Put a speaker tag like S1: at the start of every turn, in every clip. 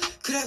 S1: 어. 그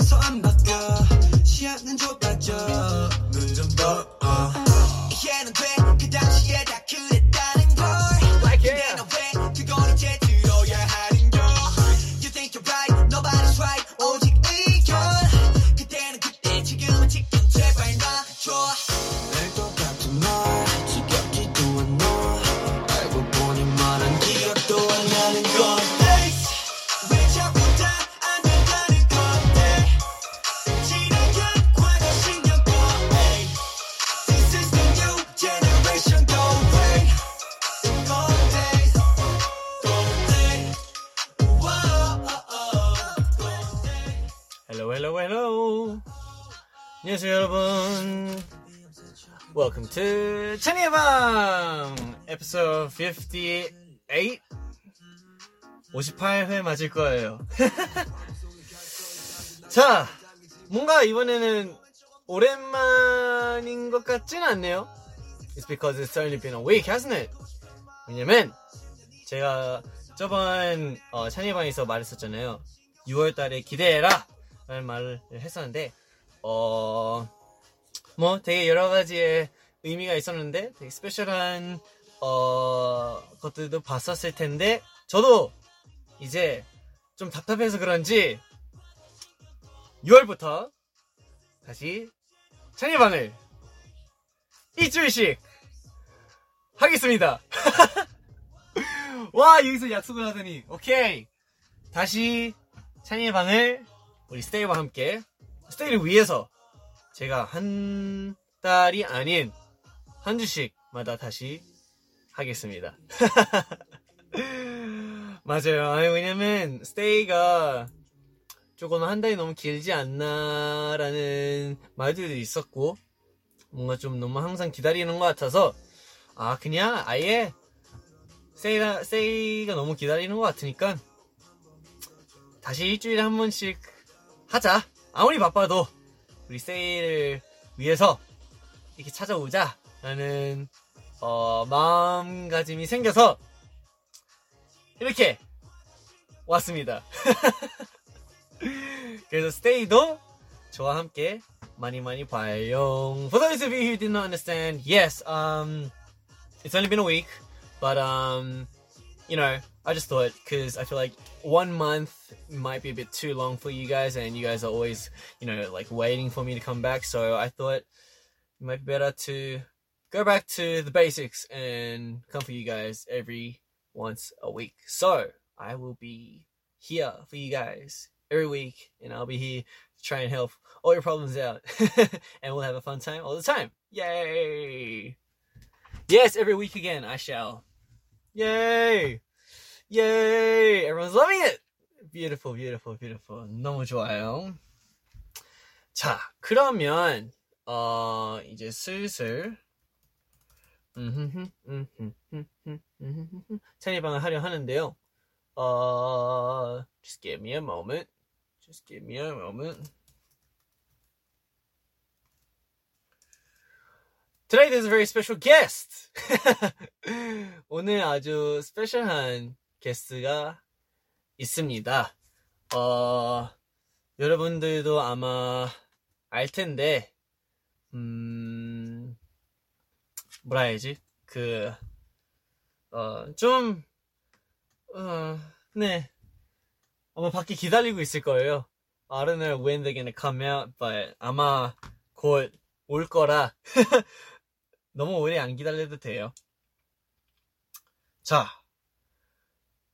S2: 안녕하세요 여러분. Welcome to 천이의 밤 episode 58 58회 맞을 거예요. 자, 뭔가 이번에는 오랜만인 것 같진 않네요. It's because it's only been a week, hasn't it? 왜냐면 제가 저번 어, 찬이방에서 말했었잖아요. 6월 달에 기대해라! 라는 말을 했었는데, 어, 뭐 되게 여러 가지의 의미가 있었는데, 되게 스페셜한, 어, 것들도 봤었을 텐데, 저도 이제 좀 답답해서 그런지, 6월부터 다시 찬이방을 일주일씩 하겠습니다. 와 여기서 약속을 하더니 오케이 다시 찬이의 방을 우리 스테이와 함께 스테이를 위해서 제가 한 달이 아닌 한 주씩마다 다시 하겠습니다. 맞아요. 아니, 왜냐면 스테이가 조금 한 달이 너무 길지 않나라는 말들도 있었고 뭔가 좀 너무 항상 기다리는 것 같아서 아 그냥 아예 세이가, 세이가 너무 기다리는 것 같으니까 다시 일주일에 한 번씩 하자. 아무리 바빠도 우리 세이를 위해서 이렇게 찾아오자. 라는 어, 마음가짐이 생겨서 이렇게 왔습니다. 그래서 스테이도 저와 함께 많이 많이 봐요. For those of you who did not understand, yes, um, it's only been a week. But um, you know, I just thought because I feel like one month might be a bit too long for you guys, and you guys are always, you know, like waiting for me to come back. So I thought it might be better to go back to the basics and come for you guys every once a week. So I will be here for you guys every week, and I'll be here to try and help all your problems out, and we'll have a fun time all the time. Yay! Yes, every week again, I shall. Yay! Yay! Everyone's loving it! Beautiful, beautiful, beautiful. 너무 좋아요. 자, 그러면, 어, 이제 슬슬, 찬이방을 하려 하는데요. 어, just give me a moment. Just give me a moment. Today there's a very special guest. 오늘 아주 스페셜한 게스트가 있습니다. 어, 여러분들도 아마 알 텐데, 음, 뭐라 해야지? 그, 어, 좀, 어, 네. 아마 밖에 기다리고 있을 거예요. I don't know when they're gonna come out, but 아마 곧 올 거라. 너무 오래 안 기다려도 돼요. 자,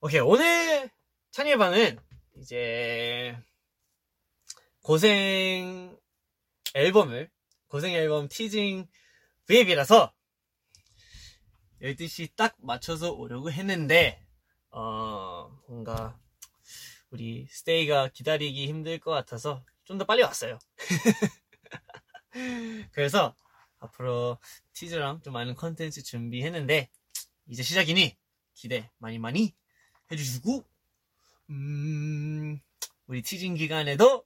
S2: 오케이 오늘 찬이의 반은 이제 고생 앨범을 고생 앨범 티징 브이앱이라서 12시 딱 맞춰서 오려고 했는데 어 뭔가 우리 스테이가 기다리기 힘들 것 같아서 좀 더 빨리 왔어요. 그래서 앞으로 티저랑 좀 많은 컨텐츠 준비했는데 이제 시작이니 기대 많이 많이 해주시고 음, 우리 티징 기간에도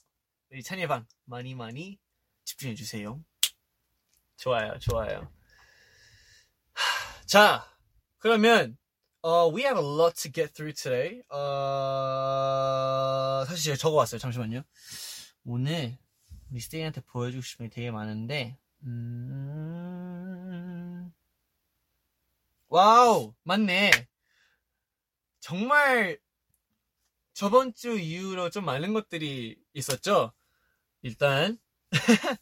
S2: 우리 찬예방 많이 많이 집중해 주세요. 좋아요, 좋아요. 하, 자, 그러면 어, we have a lot to get through today. 어, 사실 제가 적어왔어요. 잠시만요. 오늘 우리 스테이한테 보여주고 싶은 게 되게 많은데 음... 와우 맞네 정말 저번 주 이후로 좀 많은 것들이 있었죠 일단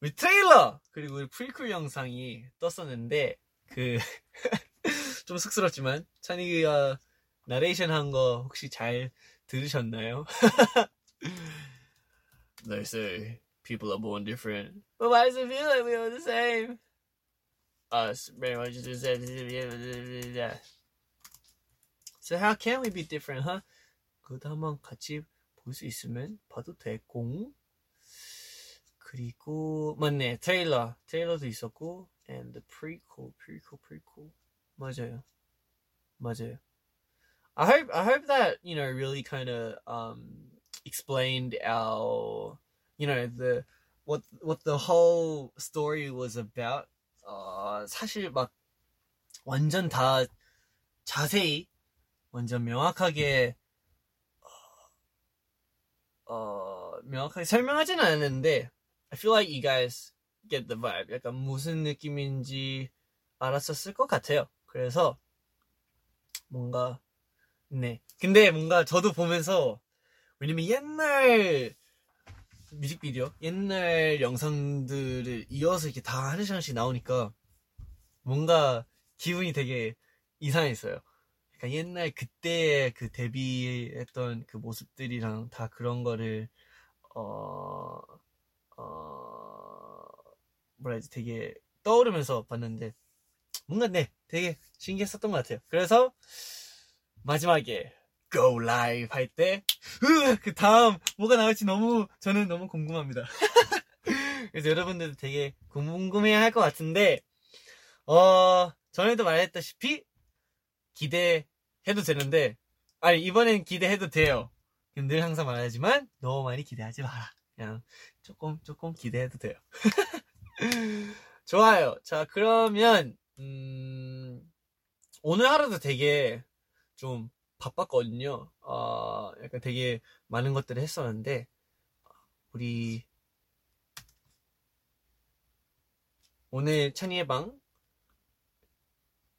S2: 우리 트레일러 그리고 우리 프리쿨 영상이 떴었는데 그 좀 쑥스럽지만 찬이가 나레이션 한 거 혹시 잘 들으셨나요? They say people are born different. But why does it feel like we're all the same? Us, very much the same. So how can we be different, huh? 그것도 한번 같이 볼 수 있으면 봐도 되고. 그리고 맞네 트레일러 트레일러도 있었고 and the prequel prequel prequel 맞아요 맞아요 I hope I hope that you know really kind of um explained our you know the what what the whole story was about 어, 사실 막 완전 다 자세히 완전 명확하게 어, 어, 명확하게 설명하진 않았는데 I feel like you guys get the vibe. 약간 무슨 느낌인지 알았었을 것 같아요. 그래서 뭔가 네. 근데 뭔가 저도 보면서 왜냐면 옛날 뮤직비디오, 옛날 영상들을 이어서 이렇게 다 한 시간씩 나오니까 뭔가 기분이 되게 이상했어요. 그러니까 옛날 그때 그 데뷔했던 그 모습들이랑 다 그런 거를 어, 어, 뭐라 해야지 되게 떠오르면서 봤는데 뭔가 네 되게 신기했었던 것 같아요. 그래서 마지막에 Go Live 할 때 그 다음 뭐가 나올지 너무 저는 너무 궁금합니다. 그래서 여러분들도 되게 궁금해 할 것 같은데 어 전에도 말했다시피 기대해도 되는데 아니 이번엔 기대해도 돼요. 늘 항상 말하지만 너무 많이 기대하지 마라. 그냥 조금 조금 기대해도 돼요. 좋아요. 자 그러면 음, 오늘 하루도 되게 좀 바빴거든요. 아, 약간 되게 많은 것들을 했었는데, 우리, 오늘 찬이의 방,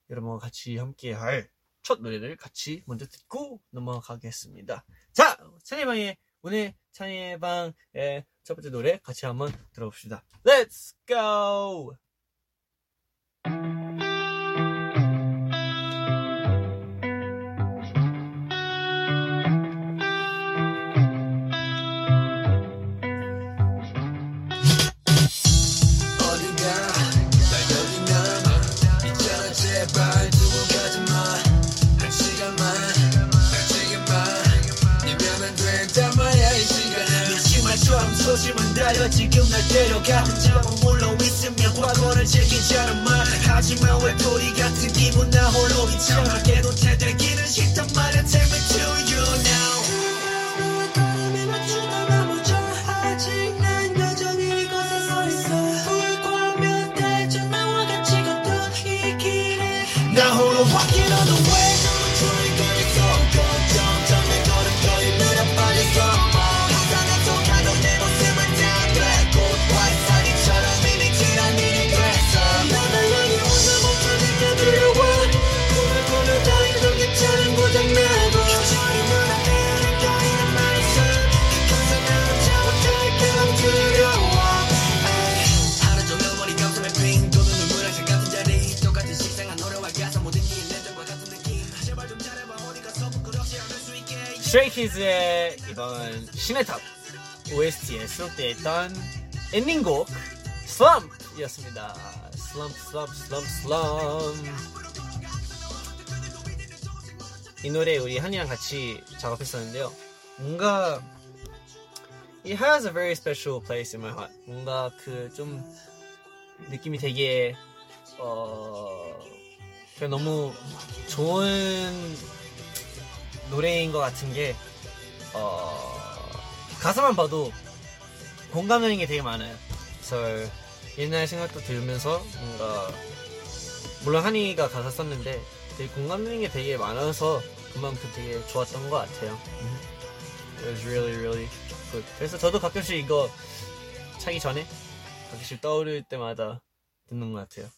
S2: 여러분과 같이 함께 할 첫 노래를 같이 먼저 듣고 넘어가겠습니다. 자! 찬이의 방의, 오늘 찬이의 방의 첫 번째 노래 같이 한번 들어봅시다. Let's go!
S1: 어디가 나 여기 남아 있잖아 제발 두고 가지마 한 시간만 날 지금만 이면은 된단 말야 이 시간은
S3: 심할처럼 소심은 달려 지금 날 데려가 혼자 머물러 있으면 과거를 즐기자는 말 하지만 왜 도리 같은 기분 나 홀로 비참하게도 대들기는 싫단 말야 Take me to you now
S1: 꿈이 맞추다 멈춰 아직 난 여전히 이곳에 서 있어 불과 몇 달 전 나와 같이 걷던 이 길을
S3: 나 홀로
S1: Walking on the way 거리거리서 걱정점에 걸음걸이느라 빨리 썸머 항상 약속하던 내 모습은 다 되고 환상이처럼 이미 지난 일이 됐어 나나 여기 혼자 멈춰질까 두려워 꿈을 꾸며 다니던 기차는 고장나고 기차를 무너뜨릴 거란 말이야 그곳에 나를 잡아탈까 두려워 하루 종일 머리 감싸며 빙 도는 눈물한색 같은 자리 똑같은 식상한 노래와 가사 모든 게 일련된과 같은 느낌 제발 좀 잘해봐 어디 가서 부끄럽지 않을 수 있게
S2: 스트레이키즈의 이번 신의 탑 OST에 수록되어 있던 엔딩곡 슬럼프였습니다. 슬럼프 슬럼프 슬럼프 슬럼프 이 노래 우리 한이랑 같이 작업했었는데요. 뭔가 It has a very special place in my heart. 뭔가 그 좀 느낌이 되게 어 그냥 너무 좋은 노래인 것 같은 게 어, 가사만 봐도 공감되는 게 되게 많아요. 그래서 옛날 생각도 들면서 뭔가 물론 한이가 가사 썼는데 되게 공감되는 게 되게 많아서 그만큼 되게 좋았던 것 같아요. It was really really good. 그래서 저도 가끔씩 이거 차기 전에 가끔씩 떠오를 때마다 듣는 것 같아요.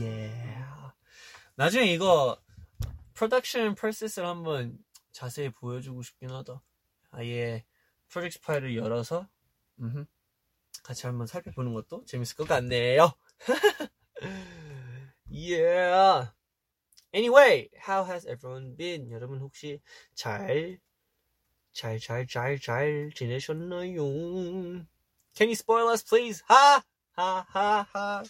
S2: Yeah. 나중에 이거 프로덕션 프로세스를 한번 자세히 보여주고 싶긴 하다. 아예 프로젝트 파일을 열어서 음흠, 같이 한번 살펴보는 것도 재밌을 것 같네요. yeah. Anyway, how has everyone been? 여러분 혹시 잘, 잘, 잘, 잘, 잘 지내셨나요? Can you spoil us, please? Ha, ha, ha, ha.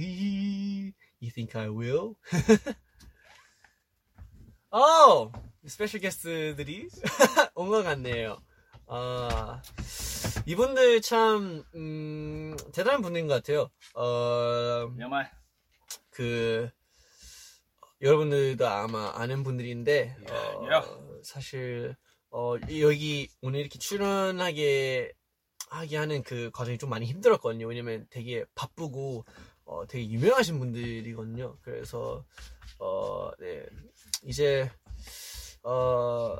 S2: You think I will? 어! 스페셜 게스트들이 온 것 같네요. 아, 이분들 참 음, 대단한 분인 것 같아요. 어,
S4: 정말
S2: 그 여러분들도 아마 아는 분들인데 어,
S4: 예.
S2: 사실 어, 여기 오늘 이렇게 출연하게 하게 하는 그 과정이 좀 많이 힘들었거든요. 왜냐면 되게 바쁘고 어, 되게 유명하신 분들이거든요. 그래서 어, 네. 이제 어,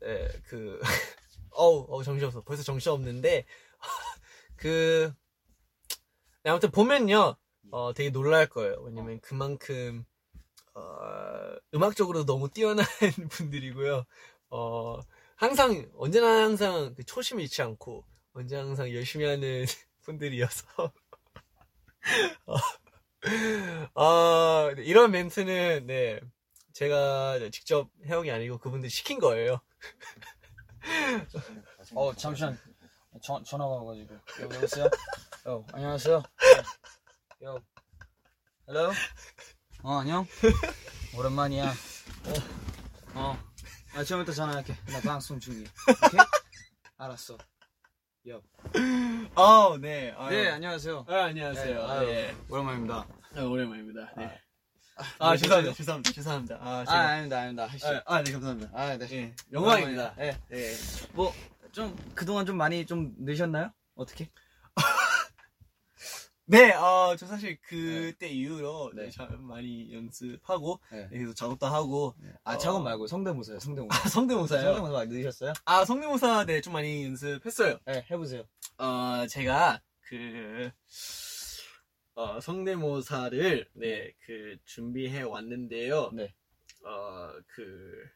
S2: 네, 그 어우, 어우 정신없어. 벌써 정신없는데 그 네, 아무튼 보면요. 어, 되게 놀랄 거예요. 왜냐면 그만큼 어, 음악적으로 너무 뛰어난 분들이고요. 어, 항상 언제나 항상 그 초심 잃지 않고 언제나 항상 열심히 하는 분들이어서 어, 아, 이런 멘트는 네 제가 직접 해온 게 아니고 그분들 시킨 거예요.
S5: 어 잠시만 전 전화가 와가지고 여, 여보세요 여 안녕하세요 여 헬로 어 안녕 오랜만이야 어, 어아 처음부터 전화할게 나 방송 중이 오케이 알았어
S2: 아, 네. 아,
S5: 네 안녕하세요
S2: 아, 안녕하세요.
S5: 네, 아유, 오랜만입니다
S2: 아, 오랜만입니다. 네.
S5: 아,
S2: 아, 죄송합니다.
S5: 그러세요?
S2: 죄송합니다. 죄송합니다. 아,
S5: 아
S2: 제가-
S5: 아닙니다 아닙니다
S2: 아, 아, 네, 감사합니다.
S5: 아네
S2: 예, 영광입니다.
S5: 예.
S2: 예.
S5: 좀 그동안 좀 많이 좀 늦으셨나요 어떻게
S2: 네, 어, 저 사실 그때 이후로 네,
S5: 네.
S2: 참 많이 연습하고
S5: 네.
S2: 계속 작업도 하고
S5: 아
S2: 어.
S5: 작업 말고 성대모사요 성대모사
S2: 아, 성대모사요.
S5: 성대모사 많이 늦으셨어요
S2: 아, 성대모사 네, 좀 많이 연습했어요.
S5: 네 해보세요
S2: 어, 제가 그 어, 성대모사를 네, 그 준비해 왔는데요.
S5: 네.
S2: 어, 그,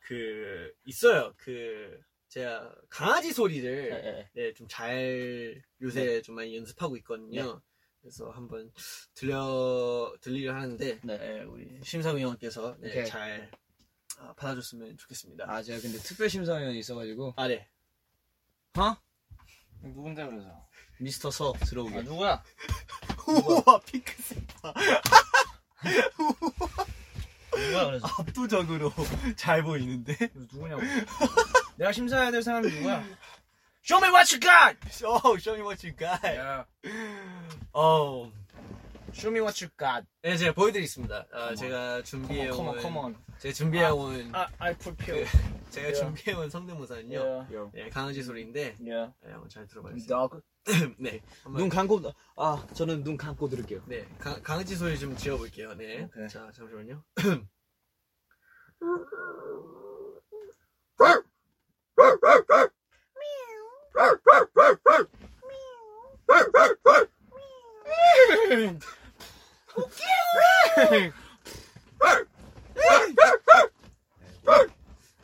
S2: 그, 있어요. 그, 제가 강아지 소리를
S5: 예, 예.
S2: 네, 좀 잘 요새
S5: 네.
S2: 좀 많이 연습하고 있거든요. 그래서 한번 들려 들리려 하는데
S5: 네.
S2: 네, 우리 심사위원께서 네,
S5: 오케이.
S2: 잘 아, 받아줬으면 좋겠습니다. 아,
S5: 아 제가 근데 특별 심사위원이 있어가지고
S2: 네.
S5: 어?
S4: 누군데 그래서
S5: 미스터 서
S4: 아
S5: 들어오게
S4: 누구야
S2: 아, 우와 피크세파
S4: 누구야 그래서
S2: 압도적으로 잘 보이는데.
S4: 누구냐고 내가 심사해야 될 사람이 누구야 Show me what you got
S2: 오, 어, show me what you got.
S4: 야
S2: 어,
S4: Show me what you got
S2: 네, 제가 보여드리겠습니다. 아, 제가
S4: 어,
S2: 준비해 온,
S4: 컴온 컴온
S2: 제가 준비해 온,
S4: 아 I fulfill
S2: 제가
S4: 예.
S2: 준비해 온 성대모사는요. 네, 강아지 소리인데,
S4: Yeah
S2: 네, 한번 잘 들어봐주세요. 네, 한번
S5: 눈 감고 아 저는 눈 감고 들을게요
S2: 네, 강, 강아지 소리 좀 지어볼게요. 네.
S4: 오케이.
S2: 자, 잠시만요.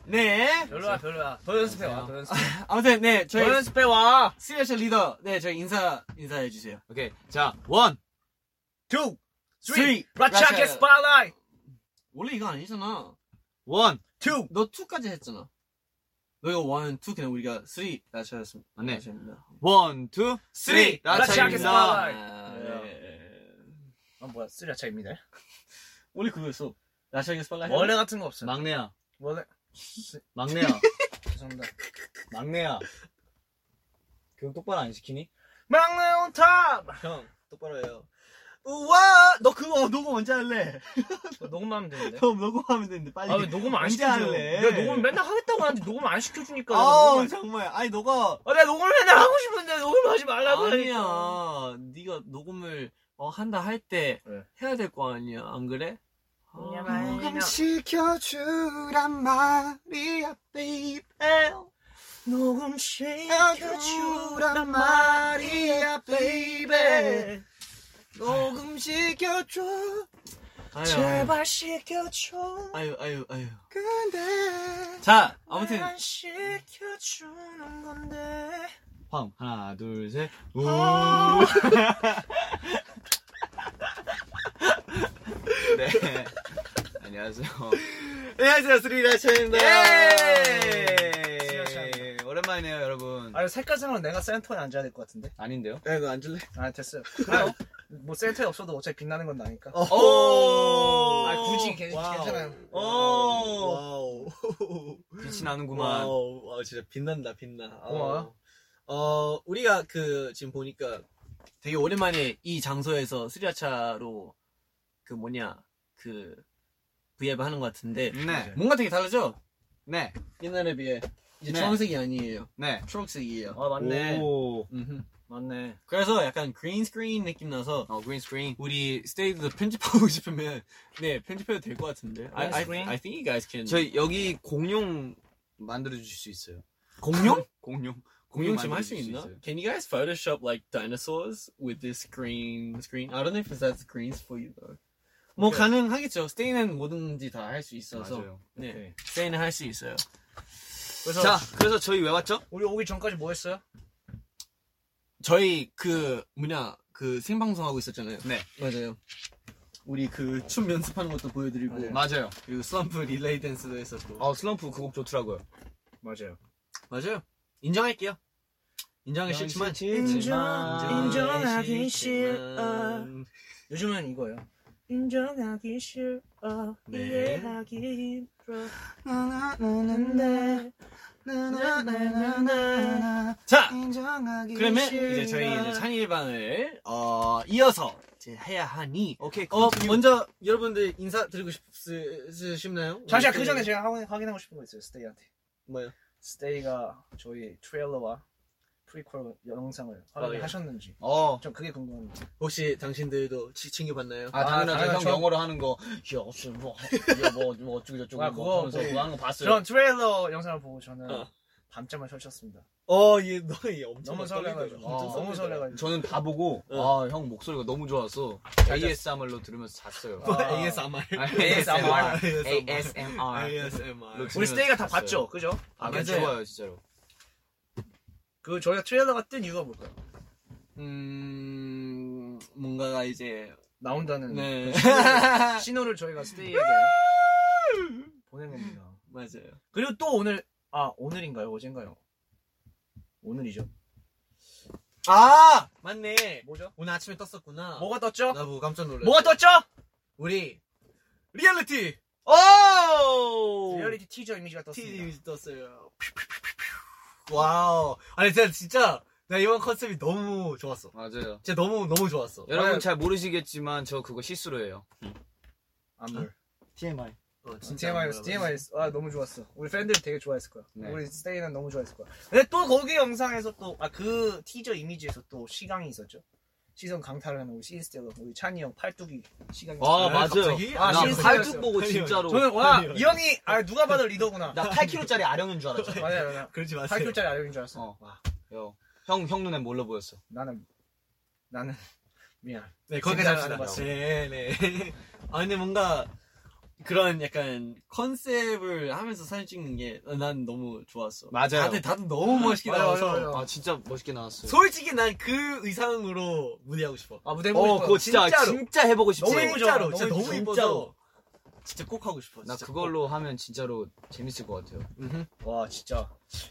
S2: 네.
S4: 별로야 별로야 더 연습해 와더 연습해
S2: 아무튼 네,
S4: 더
S2: 저희
S4: 연습해 와
S2: 스페셜 리더. 네, 저희 인사 인사해 주세요.
S5: 오케이 자원
S4: Two
S2: Three.
S4: Three 라차켓
S2: 라차켓.
S4: 스파라이
S2: 원래 이거 아니잖아.
S5: 원,
S4: Two
S2: 너 2까지 했잖아. 너희가 1, 2 그냥 우리가 3 낮춰졌습니다.
S5: 네.
S2: 낮춰졌습니다.
S5: 원, 투,
S4: 쓰리!
S5: 네, 라차입니다.
S4: 라차입니다.
S2: 아, 네.
S4: 아 뭐야 쓰리 라차입니다
S2: 원래 그거였어. 라차게 스팔라
S4: 원래 같은 거 없어요
S5: 막내야,
S4: 원래
S5: 막내야,
S4: 죄송합니다
S5: 막내야. 교육 똑바로 안 시키니?
S4: 막내 온탑
S2: 형 똑바로 해요. 우와 너 그거 녹음 언제 할래?
S4: 녹음하면 되는데
S2: 형 녹음하면 되는데 빨리.
S4: 아 왜 녹음 안
S2: 언제
S4: 시켜줘
S2: 할래?
S4: 내가 녹음 맨날 하겠다고 하는데 녹음 안 시켜주니까
S2: 아우,
S4: 녹음을-
S2: 정말 아니 너가
S4: 아, 내가 녹음을 맨날 하고 싶은데 녹음 하지 말라고 하니까.
S2: 아니야 네가 녹음을 어, 한다 할 때
S4: 네.
S2: 해야 될 거 아니야 안 그래?
S4: 그냥
S2: 아,
S4: 말이야.
S5: 시켜주란 말이야, baby.
S4: 녹음 시켜주란
S5: 말이야,
S4: 말이야
S5: 녹음 시켜줘.
S2: 아유,
S4: 제발 시켜줘
S2: 아유 아유 아유.
S4: 근데
S2: 자 아무튼
S4: 안 시켜주는 건데
S5: 황, 하나, 둘, 셋. 우.
S4: 아.
S5: 네. 안녕하세요. 안녕하세요, 스리라차입니다. 네.
S4: 스리라차입니다.
S5: 예, 오랜만이네요, 여러분.
S4: 아 색깔상으로 내가 센터에 앉아야 될 것 같은데
S5: 아닌데요?
S2: 야 이거 앉을래?
S4: 아 됐어요 그래요 뭐 센터에 없어도 어차피 빛나는 건 나니까
S2: 어.
S5: 오.
S4: 아 굳이 괜-
S2: 와우.
S4: 괜찮아요
S5: 오.
S2: 와우.
S5: 빛이 나는구만. 어.
S2: 와우. 와 어, 진짜 빛난다 빛나. 아우.
S4: 고마워요.
S2: 어 우리가 그 지금 보니까 되게 오랜만에 이 장소에서 스리아차로 그 뭐냐 그 브이앱 하는 것 같은데
S5: 네.
S2: 뭔가 되게 다르죠?
S5: 네.
S2: 옛날에 비해 이제
S5: 네.
S2: 주황색이 아니에요.
S5: 네.
S2: 초록색이에요.
S4: 아 맞네.
S5: 오.
S2: 음흠.
S4: 맞네.
S2: 그래서 약간 그린 스크린 느낌 나서
S5: 어, 그린 스크린.
S2: 우리 스테이도 편집하고 싶으면 네 편집해도 될 것 같은데. I, I,
S4: 스크린?
S2: I think you guys can.
S5: 저희 여기 공룡 만들어 주실 수 있어요.
S2: 공룡?
S5: 공룡.
S2: 공룡 지금 할 수
S5: 만들어줄
S2: 있나?
S5: 있어요.
S2: Can you guys Photoshop like dinosaurs with this green screen? I don't know if that's green for you though. 뭐
S4: 오케이.
S2: 가능하겠죠. 스테이는 뭐든지 다 할 수 있어서.
S5: 맞아요.
S2: 네,
S4: 오케이.
S2: 스테이는 할 수 있어요.
S4: 그래서
S5: 자, 그래서 저희 왜 왔죠?
S4: 우리 오기 전까지 뭐 했어요?
S2: 저희 그 뭐냐 그 생방송 하고 있었잖아요.
S5: 네.
S2: 맞아요. 우리 그 춤 연습하는 것도 보여드리고
S4: 맞아요.
S5: 맞아요.
S2: 그리고 슬럼프 릴레이 댄스도 했었고.
S5: 어, 슬럼프 그 곡 좋더라고요.
S4: 맞아요.
S2: 맞아요. 인정할게요. 인정하기 싫지만
S4: 인정, 인정하기 싫어.
S2: 싫지만.
S4: 요즘은 이거예요. 인정하기 싫어
S2: 네.
S4: 이해하기 힘들어 나는데 나나나나나
S2: 자,
S4: 인정하기
S2: 그러면 이제 저희 이제 창의반을 어, 이어서 이제 해야 하니.
S5: 오케이.
S2: 어 먼저 여러분들 인사 드리고 싶으시나요?
S4: 잠시만 그 전에 제가 확인, 확인하고 싶은 거 있어요 스테이한테
S2: 뭐요?
S4: 스테이가 저희 트레일러와 프리퀄 영상을 확인을
S2: 어, 예. 네.
S4: 하셨는지
S5: 어.
S4: 좀 그게 궁금합니다
S2: 혹시 당신들도 지- 챙겨봤나요?
S5: 아, 당연하죠.
S4: 당연하죠.
S5: 형 영어로 하는 거. 야, 무슨 뭐, 야, 뭐, 뭐 어쩌고 저쩌고.
S4: 아,
S5: 뭐
S4: 그거
S5: 하면서
S4: 뭐-
S5: 그거 하는 거 봤어요.
S4: 저는 트레일러 영상을 보고 저는
S2: 어.
S4: 밤잠을 설쳤습니다
S2: 어, 얘 너무 얘 엄청
S4: 너무
S2: 뭐 떨리더라.
S4: 설레가지고 어,
S2: 엄청
S5: 아,
S4: 너무
S2: 설레더라.
S4: 설레가지고
S5: 저는 다 보고
S2: 응.
S5: 아 형 목소리가 너무 좋아서
S4: 잘
S5: ASMR로 들으면서 잤어요.
S4: 아.
S2: ASMR.
S5: ASMR.
S2: ASMR.
S4: 우리 스테이가 다 봤죠 그죠?
S5: 아,
S2: 맞아요.
S5: 맞아요. 좋아요, 진짜로.
S4: 그 저희가 트레일러가 뜬 이유가 뭘까요?
S2: 음, 뭔가가 이제
S4: 나온다는
S2: 네
S4: 신호를 저희가 스테이에게 보낸 겁니다.
S2: 맞아요.
S4: 그리고 또 오늘 아 오늘인가요? 어젠가요? 오늘이죠.
S2: 아 맞네.
S4: 뭐죠?
S2: 오늘 아침에 떴었구나.
S4: 뭐가 떴죠?
S2: 나 보고 깜짝 놀랐어.
S4: 뭐가 떴죠?
S2: 우리 리얼리티
S5: 오!
S4: 리얼리티 티저 이미지가 떴습니다.
S2: TV 떴어요. 와우. 아니 진짜 진짜 나 이번 컨셉이 너무 좋았어.
S5: 맞아요.
S2: 진짜 너무 너무 좋았어.
S5: 여러분 잘 모르시겠지만 저 그거 실수로 해요.
S4: 안물.
S5: TMI.
S2: 어,
S4: TMI, TMI. 아 너무 좋았어. 우리 팬들이 되게 좋아했을 거야.
S5: 네.
S4: 우리 스테이는 너무 좋아했을 거야. 근데 또 거기 영상에서 또 아 그 티저 이미지에서 또 시강이 있었죠. 시선 강탈하는 우리 시스테가 우리 찬이 형 팔뚝이 시강이.
S5: 아,
S2: 네,
S5: 맞아요.
S2: 갑자기?
S5: 아, 나
S4: 실수로
S5: 발뚝
S4: 했어요.
S5: 보고
S2: 아니요.
S5: 진짜로.
S4: 저는 와 이 형이 아 누가 봐도 리더구나.
S5: 나 8kg짜리 아령인 줄 알았어.
S4: 네. 맞아요, 맞아요.
S2: 그러지 마세요.
S4: 8kg짜리 아령인 줄 알았어.
S5: 어. 형, 형, 형 눈엔 뭘로 보였어?
S4: 나는 나는 미안.
S2: 네, 거기까지
S4: 생각을 안
S2: 합시다.
S4: 해봤어요.
S2: 네, 네. 아, 근데 뭔가 그런 약간 컨셉을 하면서 사진 찍는 게 난 너무 좋았어.
S5: 맞아요.
S2: 다들, 다들 너무 멋있게
S4: 맞아요,
S2: 나와서.
S4: 맞아요.
S5: 아, 진짜 멋있게 나왔어요.
S2: 솔직히 난 그 의상으로 무대하고 싶어.
S4: 아 무대 해보고
S5: 어,
S4: 싶어요.
S5: 그거 진짜,
S2: 진짜로.
S5: 진짜 해보고 싶지.
S4: 너무 예쁘죠?
S2: 진짜로.
S4: 너무
S2: 진짜 너무
S4: 예쁘죠?
S2: 이뻐서. 진짜 꼭 하고 싶어.
S5: 나
S2: 진짜
S5: 그걸로 하면 진짜로 재밌을 것 같아요.
S2: 꼭. 음흠.
S4: 와 진짜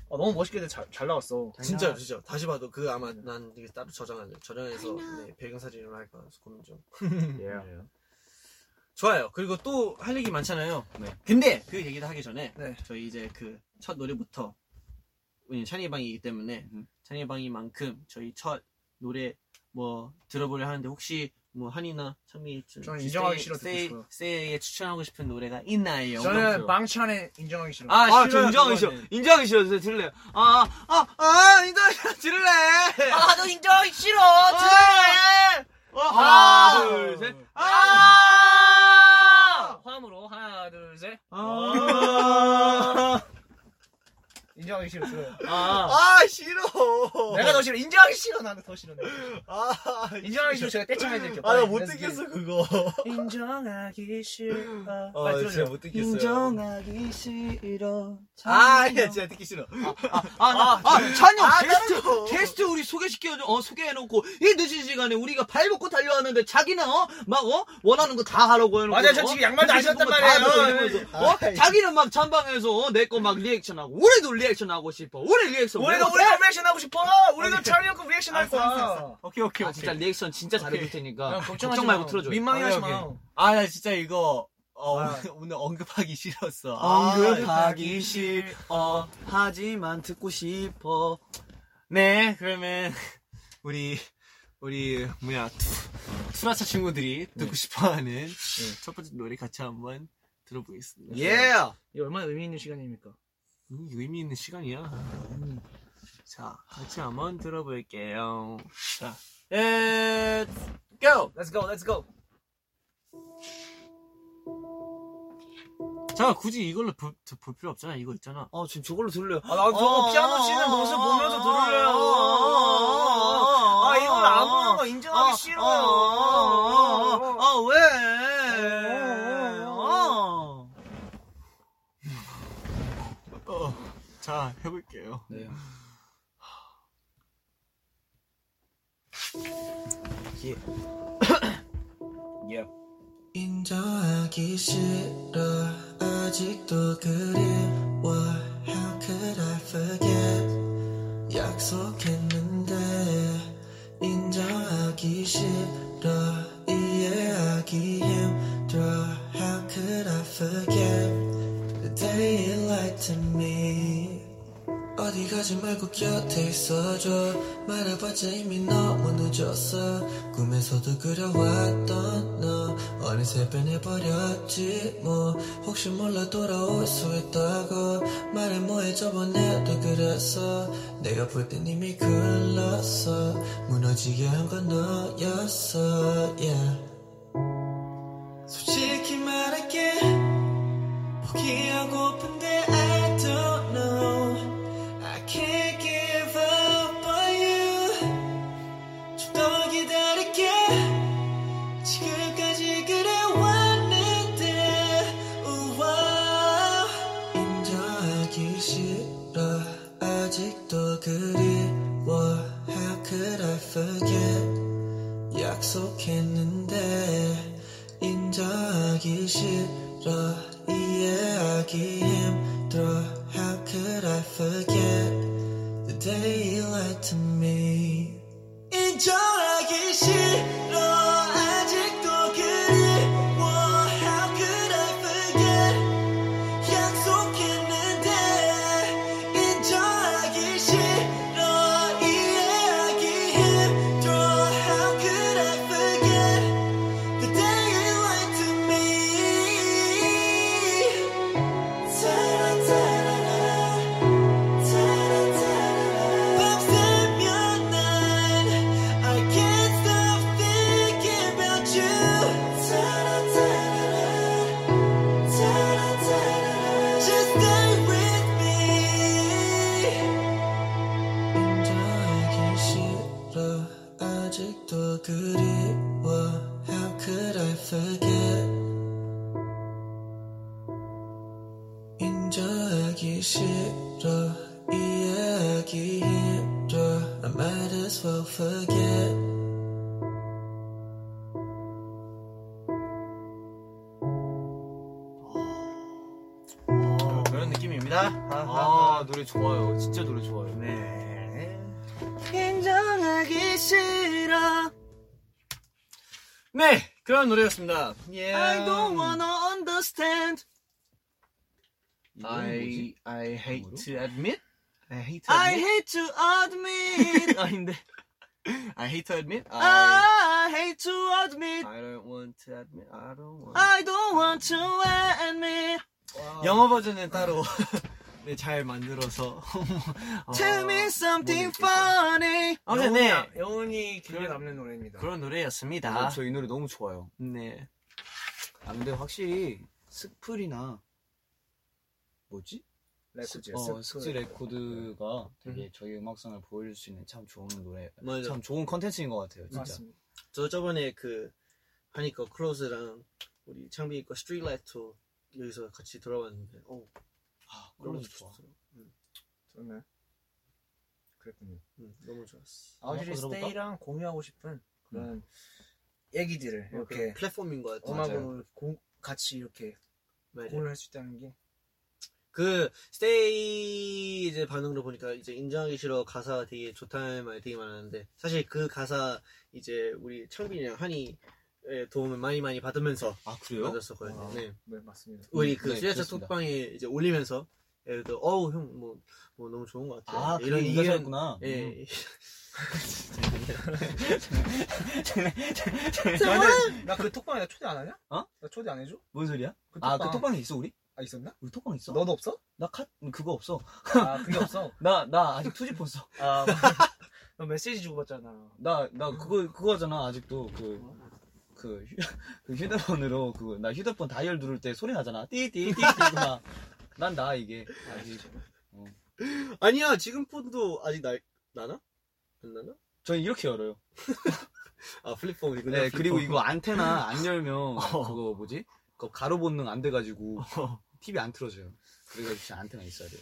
S4: 어, 너무 멋있게 잘, 잘 나왔어.
S2: 진짜 진짜 다시 봐도 그 아마 난 이게 따로 저장할래 저장해서 네, 배경 사진으로 할까 해서 고민 중
S5: 음.
S2: 좋아요 그리고 또 할 얘기 많잖아요
S5: 네.
S2: 근데 그 얘기를 하기 전에
S4: 네.
S2: 저희 이제 그 첫 노래부터 우리 찬이방이기 때문에
S5: 음.
S2: 찬이방이만큼 저희 첫 노래 뭐 들어보려 하는데 혹시 뭐 한이나 창미
S4: 저는 인정하기 싫어 듣고
S2: 세이,
S4: 싶어요.
S2: 세이에 추천하고 싶은 노래가 있나요?
S4: 저는 방찬의 인정하기 싫어.
S5: 아,
S2: 아, 저
S5: 싫어요.
S2: 인정하기
S5: 인정하기
S2: 싫어.
S5: 싫어. 인정하기 싫어. 저 들을래요. 아, 아, 아, 인정하기 싫어. 들을래.
S4: 아, 너 인정하기 싫어.
S5: 어, 하나,
S4: 아.
S5: 둘, 셋. 아!
S4: 화음으로 하나 둘 셋.
S5: 아,
S4: 인정하기 싫어. 들어요.
S5: 아,
S2: 아 싫어
S4: 내가 더 싫어. 인정하기 싫어. 나는 더 싫어.
S2: 아나 못
S4: 인정하기 싫어. 제가 떼창해 드릴게요.
S2: 아, 듣겠어 그거
S4: 인정하기 싫어.
S2: 아
S4: 빨리
S2: 진짜
S4: 들어줘요.
S2: 못 듣겠어요
S5: 인정하기 싫어.
S2: 아 야, 진짜 듣기 싫어
S5: 아, 나, 아, 찬영
S2: 아,
S5: 게스트,
S2: 나도.
S5: 게스트 우리 소개시켜, 어, 소개해놓고, 이 늦은 시간에 우리가 발벗고 달려왔는데, 자기는, 어, 막, 어, 원하는 거 다 하라고 해놓고.
S4: 맞아요. 저
S5: 어? 아,
S4: 지금 양말도 안
S5: 늦은
S4: 신었단
S5: 시간 다
S4: 말이에요.
S5: 하라고 해놓고, 어? 자기는 막 잠방에서, 어, 내 거 막 리액션하고, 우리도 리액션하고 싶어. 우리 리액션.
S4: 우리도
S5: 못 해?
S4: 우리도 리액션 하고 싶어. 우리도 찬이 형그 리액션 할 거야.
S2: 오케이 오케이
S5: 아, 진짜 리액션 진짜 잘해줄 테니까.
S4: 형, 걱정하지
S5: 걱정 말고
S4: 마.
S5: 틀어줘.
S4: 민망해 하지 마.
S2: 아, 나 진짜 이거, 어,
S4: 아.
S2: 오늘 언급하기 싫었어. 아,
S5: 언급하기
S2: 싫,
S5: 어, 하지만 듣고 싶어.
S2: 네, 그러면 우리 우리 뭐야 투, 투라차 친구들이
S5: 네.
S2: 듣고 싶어하는 첫 번째 노래 같이 한번 들어보겠습니다.
S5: Yeah.
S4: 이게 얼마나 의미 있는 시간입니까?
S2: 음, 의미 있는 시간이야.
S4: 음.
S2: 자, 같이 한번 들어볼게요. 자, let's go.
S4: Let's go, let's go.
S2: 자, 굳이 이걸로 볼, 볼 필요 없잖아. 이거 있잖아.
S5: 어 지금 저걸로 들려요.
S4: 아, 나 저거
S5: 어,
S4: 피아노 치는
S5: 어,
S4: 모습
S5: 어,
S4: 보면서
S5: 어,
S4: 들으려요.
S5: 어, 어,
S4: 아, 이걸 안 보는
S5: 어,
S4: 거 인정하기
S2: 아,
S5: 어,
S4: 싫어요.
S5: 어, 어, 어, 어, 어, 왜?
S4: 네.
S5: 어.
S2: 어, 자, 해볼게요.
S4: 네.
S2: 예.
S4: 예.
S1: 인정하기 싫어 아직도 그리워 How could I forget 약속했는데 인정하기 싫어 이해하기 힘들어 How could I forget The day you lied to me 어디 가지 말고 곁에 있어줘 말해봤자 이미 너무 늦었어 꿈에서도 그려왔던 너 어느새 변해버렸지 뭐 혹시 몰라 돌아올 수 있다고 말해 뭐해 저번에도 그랬어 내가 볼 땐 이미 글렀어 무너지게 한 건 너였어 yeah. 솔직히 말할게 포기하고픈데 I don't know I can't give up on you 좀 더 기다릴게 지금까지 그래왔는데 우와 인정하기 싫어 아직도 그리워 How could I forget 약속했는데 인정하기 싫어 이해하기 힘들어 How could I forget the day you lied to me 인정하기 싫어 아직도 그리워 How could I forget 약속했는데 인정하기 싫어 이해하기 힘들어 How could I forget The day you lied to me Ta-da-ta-da-da 밤새면 난 I can't stop thinking about you Ta-da-ta-da-da Ta-da-ta-da Just stay with me 인정하기 싫어 아직도 그리워 How could I forget 인정하기 싫어 이해하기 힘들어 I might as well forget
S2: 어, 그런 느낌입니다.
S5: 아 노래 좋아요. 진짜 노래 좋아요.
S2: 네.
S5: 인정하기 싫어.
S2: 네, 그런 노래였습니다. 예.
S5: I don't wanna understand.
S2: I I hate to admit. I hate to
S5: I
S2: admit.
S5: hate to admit. 아닌데.
S2: I hate to admit. I
S5: I hate to admit.
S2: I don't want to admit. I don't want.
S5: I don't want to admit.
S2: 영어 버전은 따로 네, 잘 만들어서. 어,
S5: Tell me something funny.
S2: 아무튼 네
S4: 여운이 길게
S2: 그런-
S4: 남는 노래입니다.
S2: 그런 노래였습니다.
S5: 아, 저 이 노래 너무 좋아요.
S2: 네.
S5: 아, 근데 확실히 스플이나 뭐지?
S4: 레코드.
S5: 어, 스트 레코드가
S4: 네.
S5: 되게 저희 음악성을 보여줄 수 있는 참 좋은 노래,
S2: 맞아.
S5: 참 좋은 컨텐츠인 것 같아요, 진짜.
S4: 네, 맞습니다.
S2: 저 저번에 그 하니까 클로즈랑 우리 창빈이 거 스트릿 라이트 여기서 같이 들어봤는데 어
S5: 아,
S2: 너무
S5: 너무 좋아.
S2: 좋았어.
S4: 좋네. 그랬군요.
S2: 응, 너무 좋았어.
S4: 아우시리
S5: 들어볼까?
S4: 스테이랑 공유하고 싶은 그런 얘기들을 이렇게
S2: 음. 어, 그런 플랫폼인 것 같아.
S4: 음악으로 공- 같이 이렇게
S2: 맞아.
S4: 공유를 할 수 있다는 게
S2: 그 스테이 이제 반응으로 보니까 이제 인정하기 싫어 가사 되게 좋다는 말이 되게 많았는데 사실 그 가사 이제 우리 창빈이랑 한이 의 도움을 많이 많이 받으면서
S5: 아, 그래요?
S2: 받았었거든요.
S4: 아.
S2: 네.
S4: 네, 맞습니다.
S2: 우리 그
S5: 네,
S2: 수야차
S5: 그렇습니다.
S2: 톡방에 이제 올리면서 예를 들어 어우 형 뭐 뭐 너무 좋은 것 같아요.
S5: 아, 그런
S2: 이런
S5: 이거였구나.
S2: 예. 예.
S5: 음.
S4: 나그 톡방에 나 초대 안 하냐?
S5: 어?
S4: 나 초대 안 해줘?
S5: 뭔 소리야?
S4: 그
S5: 아,
S4: 톡방.
S5: 그 톡방에 있어, 우리?
S4: 아 있었나?
S5: 우리 톡방 있어?
S4: 너도 없어?
S5: 나 카, 그거 없어.
S4: 아 그게 없어.
S5: 나, 나 아직 투지폰 써.
S4: 아, 너 메시지 주고 받잖아.
S5: 나, 나 그거, 그거 하잖아, 아직도. 그, 그, 휴, 그 휴대폰으로, 그, 나 휴대폰 다이얼 누를 때 소리 나잖아. 띠띠띠띠. 난 나, 이게. 아직.
S2: 아니야 지금 폰도 아직 날 나나 안 나나?
S5: 저는 이렇게 열어요.
S2: 아 플립폰이구나.
S5: 네, 그리고
S2: 플립폰.
S5: 이거 안테나 안 열면, 그거 뭐지? 그거 가로 본능 안 돼가지고,
S4: 어,
S5: TV 안 틀어져요. 그래가지고 진짜 안테나 있어야 돼요.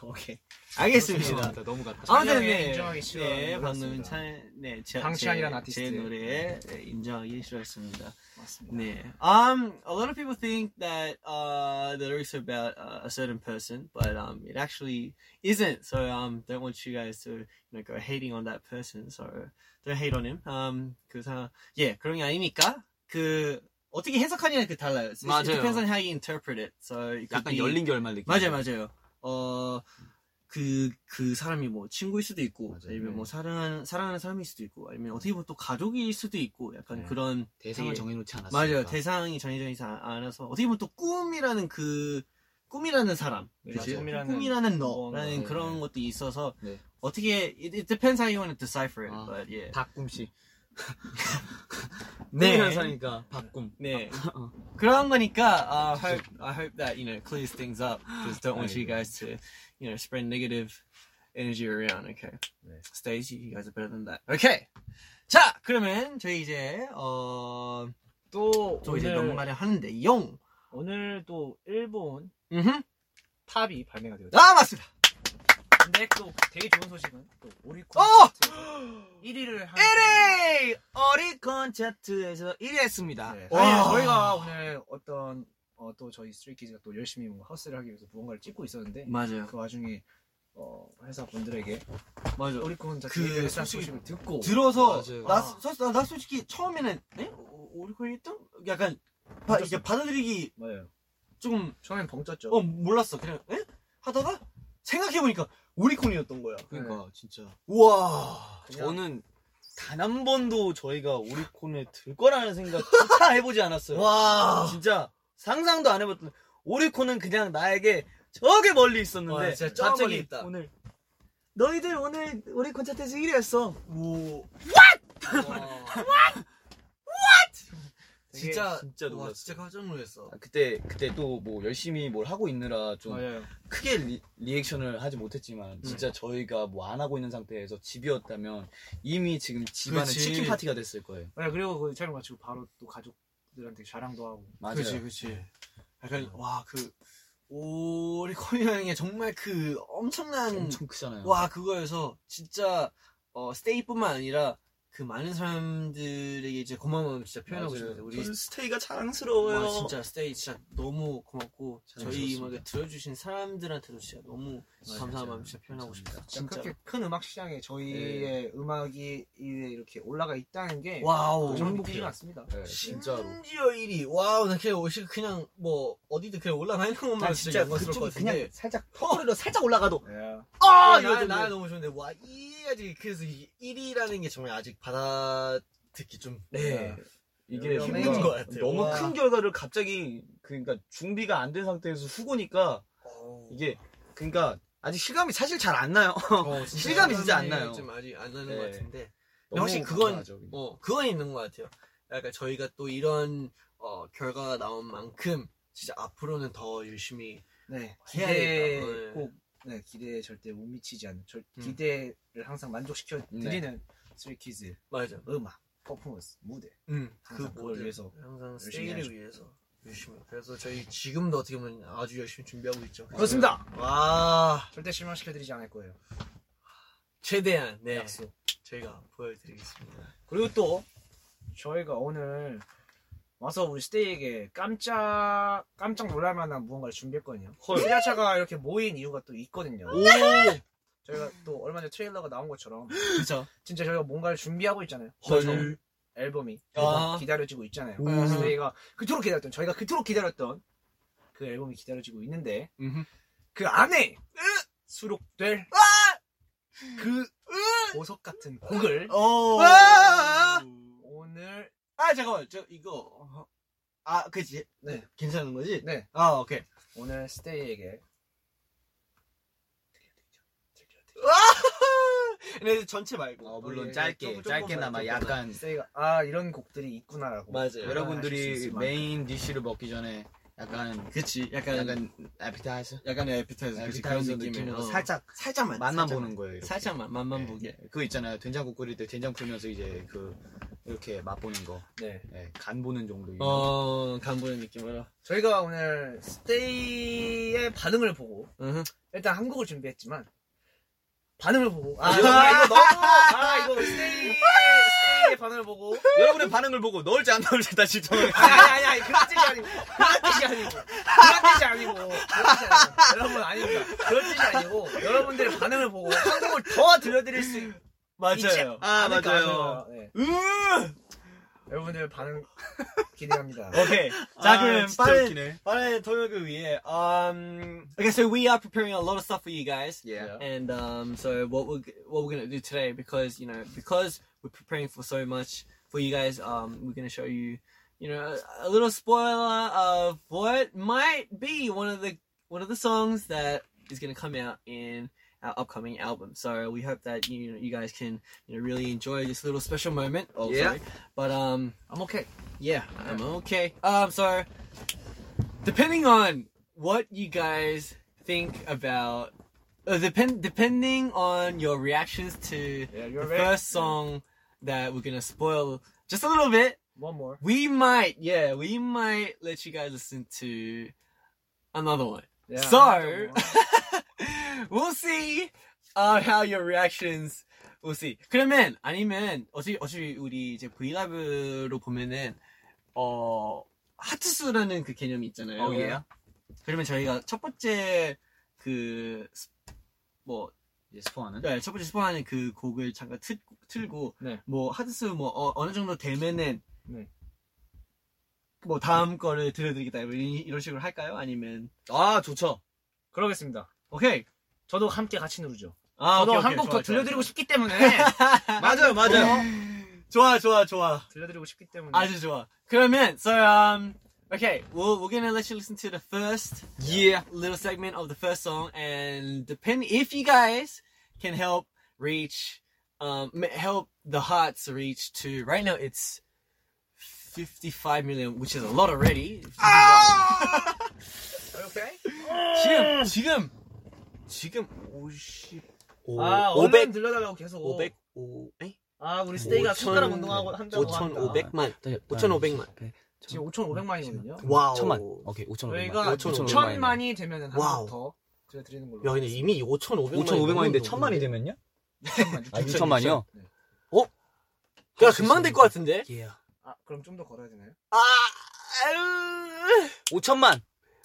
S2: 오케이.
S5: 너무
S2: 아, 알겠습니다.
S5: 같다, 너무 같다.
S2: 아무튼
S4: 인정해,
S2: 네,
S4: 인정하기 싫어.
S2: 네, 방금
S4: 몰랐습니다.
S2: 찬, 네, 제,
S4: 방치환이란
S2: 제-
S4: 아티스트.
S2: 제 노래 네, 인정하기 싫었습니다.
S4: 맞습니다.
S2: 네. Um, a lot of people think that uh, the lyrics are about uh, a certain person, but um, it actually isn't. So um, don't want you guys to you know go hating on that person. So don't hate on him. Um, because uh, yeah, 그런 게 아니니까 그 어떻게 해석하냐 그 달라요. It-
S5: 맞아요.
S2: It depends on how you interpret it. So it could
S5: 약간
S2: be-
S5: 열린 결말 느낌.
S2: 맞아요, 맞아요. 어, 그, 그 사람이 뭐 친구일 수도 있고,
S5: 맞아요.
S2: 아니면
S5: 네.
S2: 뭐 사랑하는, 사랑하는 사람일 수도 있고, 아니면 어떻게 보면 또 가족일 수도 있고, 약간
S5: 네.
S2: 그런.
S5: 대상을
S2: 되게-
S5: 정해놓지 않았어.
S2: 맞아요. 대상이 정해져 있지 않- 않아서. 어떻게 보면 또 꿈이라는 그, 꿈이라는 사람.
S4: 네,
S2: 그치?
S4: 꿈이라는
S2: 꿈이라는
S4: 무언가.
S2: 너라는 그런
S5: 네.
S2: 것도 있어서,
S5: 네.
S2: 어떻게, it, it depends how you want to decipher it,
S5: 아.
S2: but yeah.
S5: 박꿈씨.
S2: 네.
S5: 꿈이라는 사람이니까 박꿈.
S2: 네.
S5: 어.
S2: 그런 거니까, uh, hope, I hope that, you know, clears things up. Because don't want you
S5: 아이고.
S2: guys to, you know, spread negative energy around. Okay.
S5: 네.
S2: Stays, you guys are better than that. Okay. 자, 그러면 저희 이제, 어,
S4: 또
S2: 또 이제
S4: 오늘
S2: 연말에 하는데, 용!
S4: 오늘 또 일본
S2: 음흠.
S4: 팝이 발매가 되었다.
S2: 아, 맞습니다.
S4: 근데 또 되게 좋은 소식은 또 오리콘
S2: 어!
S4: 차트 1위를 한
S2: 1위! 어리콘 차트에서 1위 했습니다.
S4: 네.
S2: 와.
S4: 아니, 저희가 오늘 어떤 어, 또 저희 스트레이키즈가 또 열심히 뭔가 하우스를 하기 위해서 무언가를 찍고 있었는데
S2: 맞아요.
S4: 그 와중에 어, 회사 분들에게
S2: 맞아.
S4: 오리콘 자체
S2: 그
S4: 그 회사
S2: 소식이-
S4: 소식을 듣고
S2: 들어서
S5: 맞아요.
S2: 나,
S4: 아.
S2: 서- 나, 나 솔직히 처음에는 네? 오리콘 1등? 약간 바, 이게 받아들이기
S4: 맞아요.
S2: 조금
S4: 처음엔 벙쪘죠.
S2: 어 몰랐어 그냥 에? 하다가 생각해보니까 오리콘이었던 거야 아,
S5: 그러니까 진짜.
S2: 우와
S4: 그냥
S5: 저는 단 한 번도 저희가 오리콘에 들 거라는 생각조차 해보지 않았어요.
S2: 와
S5: 진짜 상상도 안 해봤던 오리콘은 그냥 나에게 저게 멀리 있었는데
S2: 와, 진짜 저
S5: 갑자기
S2: 멀리 있다.
S5: 오늘 너희들 오늘 오리콘 차트에서 1위했어.
S2: 오.
S5: 뭐,
S4: 되게-
S2: 진짜
S5: 진짜
S2: 와
S5: 놀랐어.
S2: 진짜 깜짝 놀랐어
S5: 아, 그때 그때 또 뭐 열심히 뭘 하고 있느라 좀
S4: 맞아요.
S5: 크게 리, 리액션을 하지 못했지만 진짜 저희가 뭐 안 하고 있는 상태에서 집이었다면 이미 지금 집안은
S2: 그치.
S5: 치킨 파티가 됐을 거예요.
S4: 네, 그리고 그 촬영 마치고 바로 또 가족들한테 자랑도 하고
S5: 맞아요.
S2: 그치 그치 약간 와 그 오리콘이라는 게 정말 그 엄청난
S5: 엄청 크잖아요.
S2: 와 그거에서 진짜 어 스테이뿐만 아니라 그 많은 사람들에게 이제 고마움을 진짜 표현하고
S5: 맞아요.
S2: 싶은데 우리
S5: 스테이가 자랑스러워요.
S2: 와, 아, 진짜 스테이 진짜 너무 고맙고 저희
S5: 들었습니다.
S2: 음악을 들어주신 사람들한테도 진짜 너무 감사한 마음 진짜 표현하고 싶다.
S4: 진짜
S2: 진짜
S4: 그러니까 그렇게 큰 음악 시장에 저희의 음악이 이렇게 올라가 있다는 게
S2: 와우
S4: 정말
S5: 행복해요.
S4: 보기 같습니다.
S5: 네, 진짜로.
S2: 심지어 1위 와우 나 그냥 옷이 그냥 뭐 어디든 그냥 올라가 있는 것만 진짜 영광스러울 것 같은데
S5: 살짝 허리로 살짝 올라가도
S2: 아
S5: 이거
S2: 나,
S5: 좀-
S2: 나 너무 좋은데 와 1위 아직 그래서 1위라는 게 정말 아직 받아듣기 좀
S5: 네. 이게
S4: 너무
S5: 뭔가
S4: 힘든
S2: 것 같아요.
S5: 너무
S2: 와.
S5: 큰 결과를 갑자기 그러니까 준비가 안 된 상태에서 후고니까
S2: 어,
S5: 이게 그러니까 아직 실감이 사실 잘 안 나요.
S2: 어,
S5: 실감이 진짜 안 나요.
S2: 좀 아직 안 나는
S5: 네.
S2: 것 같은데
S5: 너무
S2: 혹시 그건-
S5: 감사하죠.
S2: 어, 그건 있는 것 같아요. 약간 저희가 또 이런 어, 결과가 나온 만큼 진짜 앞으로는 더 열심히
S4: 네, 기대
S2: 해야 되겠다. 네.
S4: 꼭 네, 기대에 절대 못 미치지 않는 절,
S2: 음.
S4: 기대를 항상 만족시켜 드리는 스트레이키즈
S2: 맞아.
S4: 음악, 퍼포먼스, 무대
S2: 응.
S4: 항상 그걸
S2: 모든-
S4: 위해서
S2: 항상
S4: 열심히
S2: 세일을
S4: 해야죠.
S2: 위해서 열심히. 그래서 저희 지금도 어떻게 보면 아주 열심히 준비하고 있죠.
S4: 그렇습니다.
S2: 와
S4: 네, 절대 실망시켜 드리지 않을 거예요.
S2: 최대한 네
S4: 약속.
S2: 저희가 보여드리겠습니다.
S4: 그리고 또 저희가 오늘 와서 우리 스테이에게 깜짝 깜짝 놀랄만한 무언가를 준비했거든요. 시라차가 이렇게 모인 이유가 또 있거든요. 저희가 또 얼마 전에 트레일러가 나온 것처럼
S2: 그렇죠.
S4: 진짜 저희가 뭔가를 준비하고 있잖아요. 그래서
S2: 헐.
S4: 앨범이
S2: 아.
S4: 기다려지고 있잖아요.
S2: 음.
S4: 저희가 그토록 기다렸던 저희가 그토록 기다렸던 그 앨범이 기다려지고 있는데 그 안에 수록될 그 어. 보석 같은
S2: 어.
S4: 곡을
S2: 오.
S4: 와! 오늘
S2: 아 잠깐만 저
S4: 어?
S2: 이거 아 그치
S4: 네.
S2: 괜찮은 거지?
S4: 네
S2: 아 오케이
S4: 오늘 스테이에게
S2: 근데 전체 말고
S6: 어, 물론
S4: 예,
S6: 짧게
S4: 조금-
S6: 짧게나마
S4: 조금만,
S6: 약간
S4: 스테이가 아 이런 곡들이 있구나라고
S2: 맞아요.
S4: 하실 수
S6: 여러분들이
S4: 있을 만큼.
S6: 메인 디쉬를 먹기 전에 약간
S2: 그치 약간 약간
S6: 약간 에피타이저
S2: 약간의 에피타이저 그치 그런
S6: 에피타이저 느낌으로
S2: 느낌으로
S6: 어, 살짝
S2: 살짝만
S6: 맛만
S2: 살짝만.
S6: 보는 거예요. 이렇게.
S2: 살짝만 맛만
S6: 예.
S2: 보게
S6: 그거 있잖아요. 된장국 끓일 때 된장 풀면서 이제 그 이렇게 맛보는 거.
S4: 네
S6: 예, 간 보는 정도.
S2: 어 간보는 느낌으로
S4: 저희가 오늘 스테이의 반응을 보고
S2: 응
S4: 일단 한 곡을 준비했지만 반응을 보고 아 이거, 아, 이거 너무 아 이거 스테이 스테이의 반응을 보고
S6: 여러분의 반응을 보고 넣을지 안 넣을지 다시 정해.
S4: 아니 아니 아니 그런 뜻이 아니고 그런 뜻이 아니고 그런 뜻이 아니고 그런 뜻이 아니고 여러분 아닙니다 그런 뜻이 아니고 여러분들의 반응을 보고 한 곡을 더 들려드릴 수 있지
S2: 맞아요 음!
S6: 아
S4: 않을까
S6: 맞아요.
S4: 하는 거예요. 네.
S2: 으
S4: 여러분들의 반응 기대합니다
S2: 오케이 자 그럼 빨리
S6: 아, 웃기네.
S2: 빨리 토요일을 그 위해 um okay so we are preparing a lot of stuff for you guys
S6: Yeah.
S2: and um so what we're g- what we're gonna do today because you know because we're preparing for so much for you guys um we're gonna show you you know a, a little spoiler of what might be one of the one of the songs that is gonna come out in our upcoming album so we hope that you you guys can you know really enjoy this little special moment oh,
S6: Yeah.
S2: sorry. but um
S4: I'm okay
S2: yeah, I'm okay. Um, so depending on what you guys think about, uh, depend depending on your reactions to
S4: yeah
S2: the
S4: you're ready
S2: first song that we're gonna spoil just a little bit,
S4: one more
S2: we might, yeah, we might let you guys listen to another one.
S4: yeah,
S2: so we'll see uh, how your reactions. We'll see. 그러면 아니면 어차피 어차피 우리 이제 브이라이브로 보면은 어 하트 수라는 그 개념이 있잖아요.
S4: 어,
S6: Oh,
S4: 예.
S6: yeah.
S2: 그러면 저희가 첫 번째 그뭐첫
S6: 이제 예, 스포하는.
S2: 번째 스포하는 그 곡을 잠깐 틀, 틀고
S4: 네.
S2: 뭐 하트 수뭐 어, 어느 정도 되면은
S4: 네.
S2: 뭐 다음 거를 들려드리겠다 뭐, 이런 이런 식으로 할까요? 아니면
S6: 아 좋죠.
S4: 그러겠습니다
S2: 오케이
S4: 저도 함께 같이 누르죠
S2: 아,
S4: 저도
S2: 오케이,
S4: 한
S2: 오케이.
S4: 곡 더
S2: 좋아, 좋아,
S4: 들려드리고
S2: 좋아.
S4: 싶기 때문에
S6: 맞아요 네. 어? 맞아요.
S2: 좋아, 좋아, 좋아.
S4: 들려드리고 싶기 때문에
S2: 아주 좋아. 그러면, so, um, okay, we'll, we're gonna let you listen to the first
S6: Yeah.
S2: little segment of the first song and depend if you guys can help reach, um, m- help the hearts reach to, right now it's 55 million, which is a lot already.
S4: 오케이
S2: 지금, 지금, 지금 55,
S4: 아 얼른 들려달라고 계속
S2: 505, 에?
S4: 아 우리 스테이가
S2: 오천-
S4: 손가락 운동하고 한다고 합니다.
S2: 5,500만, 5,500만.
S4: 지금 5,500만이거든요.
S2: 와우.
S7: 천만. 오케이 5천
S4: 저희가 5,000만이 되면은
S2: 와우.
S4: 한번더 드려드리는 걸로.
S7: 야 근데 이미 5,500만
S6: 5,500만인데 천만이 되면요?
S4: 6,000만.
S6: 아 6천만이요?
S7: 야 금방 될 것 같은데
S4: 아 그럼 좀 더 걸어야 되나요?
S2: 아,
S6: 5천만.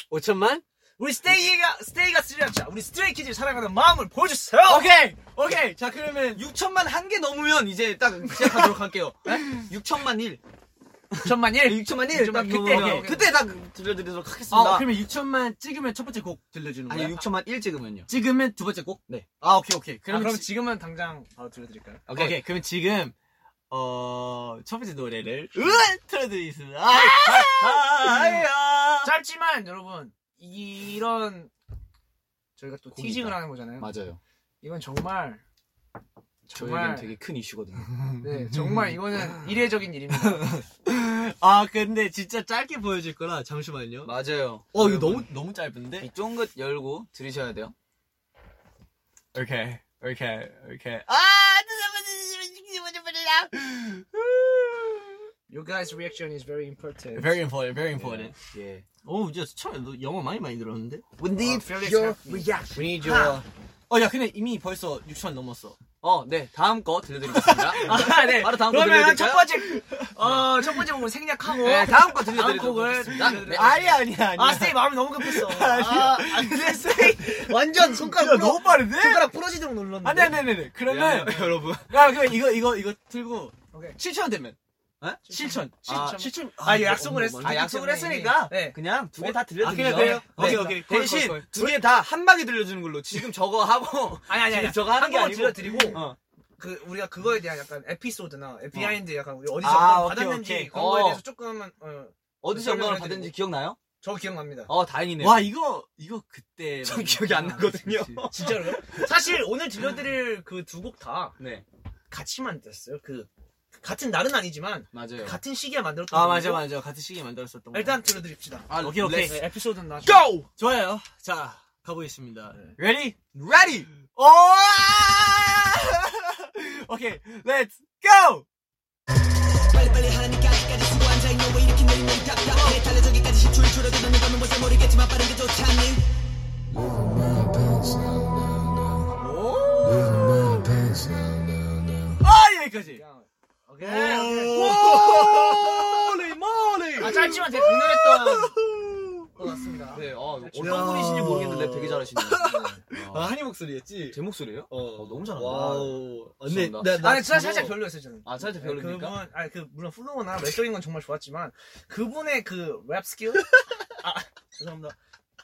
S2: 5천만?
S4: 우리 스테이가 스테이가 스트레이자 우리 스트레이키즈 사랑하는 마음을 보여주세요.
S2: 오케이! 오케이! 자, 그러면.
S6: 6천만 한 개 넘으면 이제 딱 시작하도록 할게요. 예? 6천만 1.
S4: 6,000만 1.
S6: 6천만
S4: 일. 딱 그때, 그때
S6: 네, 딱 들려드리도록
S2: 아, 그러면 6천만 찍으면 첫 번째 곡 들려주는 거야?
S6: 아니 6천만 1 찍으면요.
S2: 찍으면 두 번째 곡?
S6: 네.
S2: 아, 오케이, 오케이.
S4: 그럼,
S2: 그럼,
S4: 그럼
S2: 지,
S4: 지금은 당장 바로 들려드릴까요?
S2: 오케이. 그러면 지금, 어, 첫 번째 노래를, 으 틀어드리겠습니다. 음. 아! 아야!
S4: 짧지만 여러분 이런 저희가 또 티징을 하는 거잖아요.
S6: 맞아요.
S4: 이건 정말
S6: 저에겐
S4: 정말
S6: 되게 큰 이슈거든요.
S4: 네 정말 이거는 이례적인 일입니다.
S2: 아, 근데 진짜 짧게 보여줄 거라, 잠시만요.
S6: 맞아요.
S2: 어, 이거 너무, 네. 너무 짧은데?
S6: 이 쫑긋 열고 들으셔야 돼요.
S2: 오케이, 오케이, 오케이.
S4: You guys' reaction is very important.
S2: Very important, very important.
S6: 예.
S2: 네. 오, 이제 처음 너 영어 많이 많이 들었는데?
S6: We
S4: need your
S6: reaction. We need your.
S2: 어, 야, 근데 이미 벌써 6천 넘었어.
S6: 어, 네. 다음 거 들려드리겠습니다.
S4: 아, 네.
S6: 바로 다음 거 들려드릴까요?
S4: 그러면 첫 번째 어, 첫 번째 부분 생략하고
S6: 네, 다음 거
S4: 다음
S6: 들려드리도록
S4: 곡을
S6: 하겠습니다. 네.
S4: 들려드리도록
S2: 아니야, 아니야, 아니야.
S4: 아, 스테이 마음이 너무 급했어. 아, 안 돼, 스테이.
S6: 완전
S2: 야, 너무 빠른데? 아, 네,
S4: 손가락 부러지도록 눌렀는데.
S2: 아니, 아니, 아니, 아니. 그러면,
S6: 여러분.
S2: 야, 그럼 이거, 이거, 이거 들고,
S4: 오케이.
S2: 7천 되면. 어? 실천.
S4: 아,
S2: 실천.
S4: 아, 약속을 했어.
S2: 아, 약속을 했으니까
S4: 네.
S2: 그냥
S6: 어?
S2: 두 개 다
S7: 그냥
S6: 아,
S2: 들려드리죠.
S7: 돼요?
S2: 네.
S7: 오케이, 오케이. 콜,
S2: 대신
S7: 콜, 콜.
S2: 두 개 다 한 방에 들려주는 걸로. 지금 저거 하고
S4: 아니 아니 아니.
S2: 저거 하는
S4: 한
S2: 게
S4: 번만
S2: 아니고.
S4: 들려드리고
S2: 어.
S4: 그 우리가 그거에 대한 약간 에피소드나 비하인드 약간 우리 어디서
S2: 아,
S4: 어떤
S2: 오케이,
S4: 받았는지
S2: 오케이.
S4: 그런 거에
S6: 어.
S4: 대해서 조금만 어,
S6: 어디서 영감을
S4: 설명해드리고.
S6: 받았는지 기억나요?
S4: 저 기억납니다.
S6: 어 다행이네요.
S2: 와 이거 이거 그때
S6: 전 기억이 안 나거든요.
S4: 진짜로요? 사실 오늘 들려드릴 그 두 곡 다
S6: 네
S4: 같이 만들었어요. 그 같은 날은 아니지만
S6: 맞아요.
S4: 같은 시기에 만들었던
S2: 네. 아 맞아
S4: 곡이고
S2: 맞아 같은 시기에 만들었었던 거.
S4: 일단 들려드립시다.
S2: 아, 오케이 오케이.
S4: 네, 에피소드는 나
S2: Go! 좋아요. 자, 가보겠습니다. Ready? Ready! 오! 오케이, let's go!
S1: 빨리빨리 하니까 끝까지 쓰고 앉아있는 왜 이렇게 느리면 답답해 달려 저기까지 10초를 줄어드는 건 뭔지 모르겠지만 빠른 게 좋잖니
S2: 아, 여기까지!
S4: 오케이. 오케이.
S2: 홀리 모리!
S4: 아 짧지만 되게 강렬했던 것 같습니다.
S6: 네, 어, 어떤 분이신지 모르겠는데 되게 잘하시네요.
S2: 아, 한이 목소리였지?
S6: 제 목소리예요?
S2: 어.
S6: 어, 너무 잘한다. 어,
S2: 와우. 아, 근데,
S6: 감사합니다.
S2: 나, 나,
S4: 아니 진짜
S2: 저거-
S4: 살짝 별로였어요 저는.
S6: 아, 살짝
S4: 네,
S6: 별로입니까?
S4: 그분, 아니 그 물론 플로우나 외적인 건 정말 좋았지만 그분의 그 랩 스킬. 아 죄송합니다.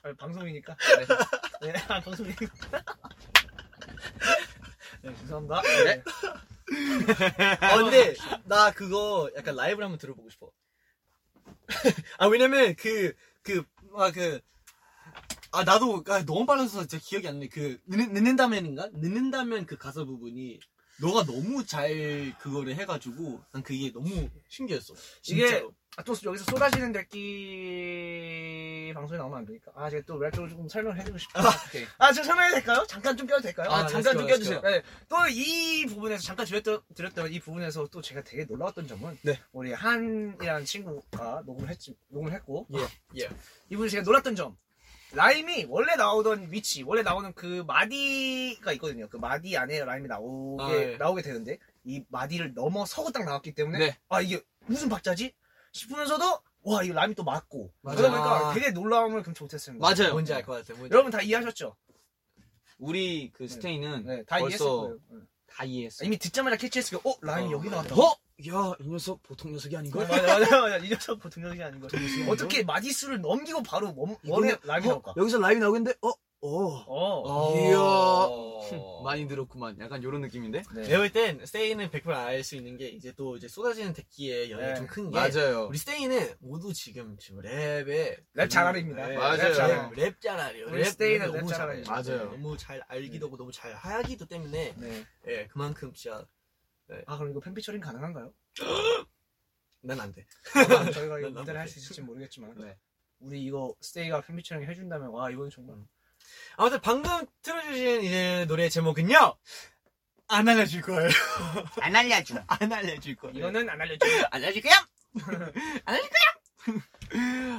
S4: 아, 방송이니까. 네, 네 아, 방송이니까. 네 죄송합니다. 네.
S2: 아, 근데, 나 그거 약간 라이브를 한번 들어보고 싶어. 아, 왜냐면, 그, 그, 아, 그, 아, 나도, 아, 너무 빨라서 진짜 기억이 안 나. 그, 늦는, 늦는다면인가? 늦는다면 그 가사 부분이, 너가 너무 잘 그거를 해가지고, 난 그게 너무 신기했어.
S4: 이게
S2: 진짜로.
S4: 아, 또 여기서 쏟아지는 데끼 방송에 나오면 안 되니까 아 제가 또랩 쪽을 조금 설명을 해주고 싶어요.
S6: 오케이.
S4: 아, 저 설명해도 될까요? 잠깐 좀 껴도 될까요?
S6: 아, 잠깐 좀 껴주세요.
S4: 네, 또 이 부분에서 잠깐 드렸던, 드렸던 이 부분에서 또 제가 되게 놀라웠던 점은
S2: 네.
S4: 우리 한이라는 친구가 녹음을 했지 녹음을 했고
S2: 예, 예.
S4: 이분이 제가 놀랐던 점 라임이 원래 나오던 위치 원래 나오는 그 마디가 있거든요 그 마디 안에 라임이 나오게
S2: 아, 예.
S4: 나오게 되는데 이 마디를 넘어서고 딱 나왔기 때문에
S6: 네.
S4: 아 이게 무슨 박자지 싶으면서도 와 이거 라임이 또 맞고 그러다
S2: 맞아요.
S4: 보니까 되게 놀라움을 금치 못했습니다
S6: 맞아요.
S2: 뭔지 알 것 같아. 뭔지.
S4: 여러분 다 이해하셨죠?
S6: 우리 그 스테이는
S4: 네, 다
S6: 벌써-
S4: 이해했을 거예요. 네.
S6: 다 이해했어.
S4: 이미 듣자마자 캐치했을 거예요. 어, 라임 이 여기 나왔다. 어,
S2: 어? 야, 이 녀석 보통 녀석이 아닌걸?
S4: 맞아, 맞아, 맞아. 이 녀석 보통 녀석이 아닌 거죠. 어떻게 마디수를 넘기고 바로 원, 원에 라임이
S6: 어,
S4: 나올까?
S2: 여기서 라이브 나오겠는데, 어? 어.
S4: 어.
S6: 이야. 많이 들었구만. 약간 요런 느낌인데?
S4: 네.
S7: 내가 볼땐 세이는 100%알 수 있는 게 이제 또 이제 쏟아지는 데끼의 영향이
S4: 네.
S7: 좀
S2: 예.
S7: 큰 게
S6: 맞아요.
S7: 우리 스테이는 모두 지금 지금 랩에
S4: 랩 잘하입니다.
S7: 네,
S6: 맞아요.
S4: 랩 잘하라.
S7: 랩 잘하래요.
S4: 우리 스테이는 랩
S7: 너무
S4: 잘하래요.
S7: 잘하래요.
S6: 맞아요.
S7: 너무 잘 알기도 하고 너무 잘 하기도 때문에
S4: 네.
S7: 예, 그만큼 진짜
S4: 아, 그럼 이거 팬피처링 가능한가요?
S7: 난 안 돼.
S4: 아, 저희가 이거
S7: 난
S4: 무대를 할
S7: 못해.
S4: 수 있을지 모르겠지만.
S6: 네.
S4: 우리 이거 스테이가 팬피처링 해준다면, 와, 이건 정말.
S7: 아무튼 방금 틀어주신 이제 노래의 제목은요.
S2: 안 알려줄 거예요.
S6: 안 알려줘.
S2: 안 알려줄 거예요.
S4: 이거는 안 알려줘.
S2: 알려줄 거야? 알려줄 거야?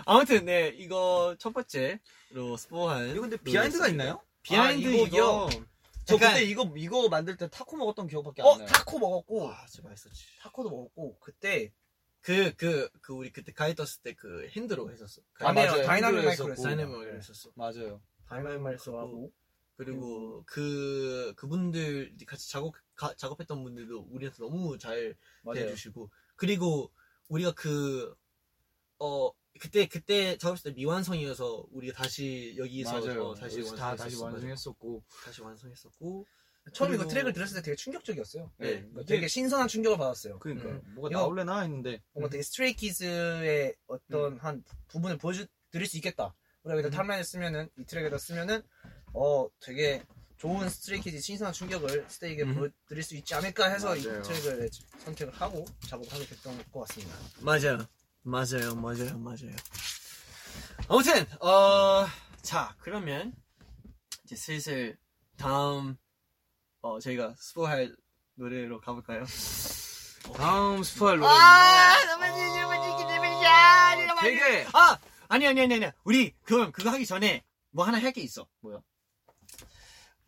S2: 아무튼 네 이거 첫 번째로 스포한
S6: 이거 근데 비하인드가 그 있나요?
S2: 비하인드
S6: 아,
S2: 이거
S6: 저
S2: 약간-
S6: 그때 이거 이거 만들 때 타코 먹었던 기억밖에 안
S4: 어,
S6: 나요.
S4: 타코 먹었고,
S7: 아, 진짜 맛있었지.
S4: 타코도 먹었고, 그때,
S7: 그, 그, 그, 우리 그때 가이 떴을 때 그 핸드로 했었어.
S6: 아,
S4: 맞네요.
S6: 맞아요.
S4: 다이나믹
S6: 핸드로
S4: 마이크로
S6: 했었고.
S4: 했어요. 네.
S7: 다이나믹을 했었어.
S6: 맞아요.
S4: 다이나믹 마이크로 하고.
S7: 그리고 그, 그분들 같이 작업, 가- 작업했던 분들도 우리한테 너무 잘
S4: 맞아요.
S7: 대해주시고. 그리고 우리가 그, 어, 그때, 그때 작업했을 때 미완성이어서 우리가 다시 여기서
S6: 맞아요.
S7: 어, 다시
S6: 여기서 다 다시
S7: 완성했었어. 맞아.
S6: 완성했었고
S7: 다시 완성했었고.
S4: 처음 이거
S7: 그리고-
S4: 트랙을 들었을 때 되게 충격적이었어요.
S7: 네.
S6: 네.
S4: 그러니까 되게 신선한 충격을 받았어요.
S6: 그러니까
S7: 음.
S6: 뭐가
S4: 이거-
S6: 나올래나 했는데
S4: 뭔가
S2: 음.
S4: 되게 스트레이키즈의 어떤 한 부분을 보여드릴 수 있겠다. 우리가
S2: 음.
S4: 여기다 탑라인에 쓰면은 이 트랙에다 쓰면은 어 되게 좋은 스트레이키즈 신선한 충격을 스테이에게
S2: 음.
S4: 보여드릴 수 있지 않을까 해서
S6: 맞아요.
S4: 이 트랙을 선택을 하고 작업하게 됐던 것 같습니다.
S7: 맞아요. 맞아요. 맞아요. 맞아요. 아무튼, 어, 자, 그러면
S2: 이제 슬슬 다음 어 저희가 스포할 노래로 가볼까요? 어,
S6: 다음 스포할 노래 되게
S2: 아 아니 아니 아니 아니 우리 그럼 그거 하기 전에 뭐 하나 할 게 있어.
S6: 뭐야?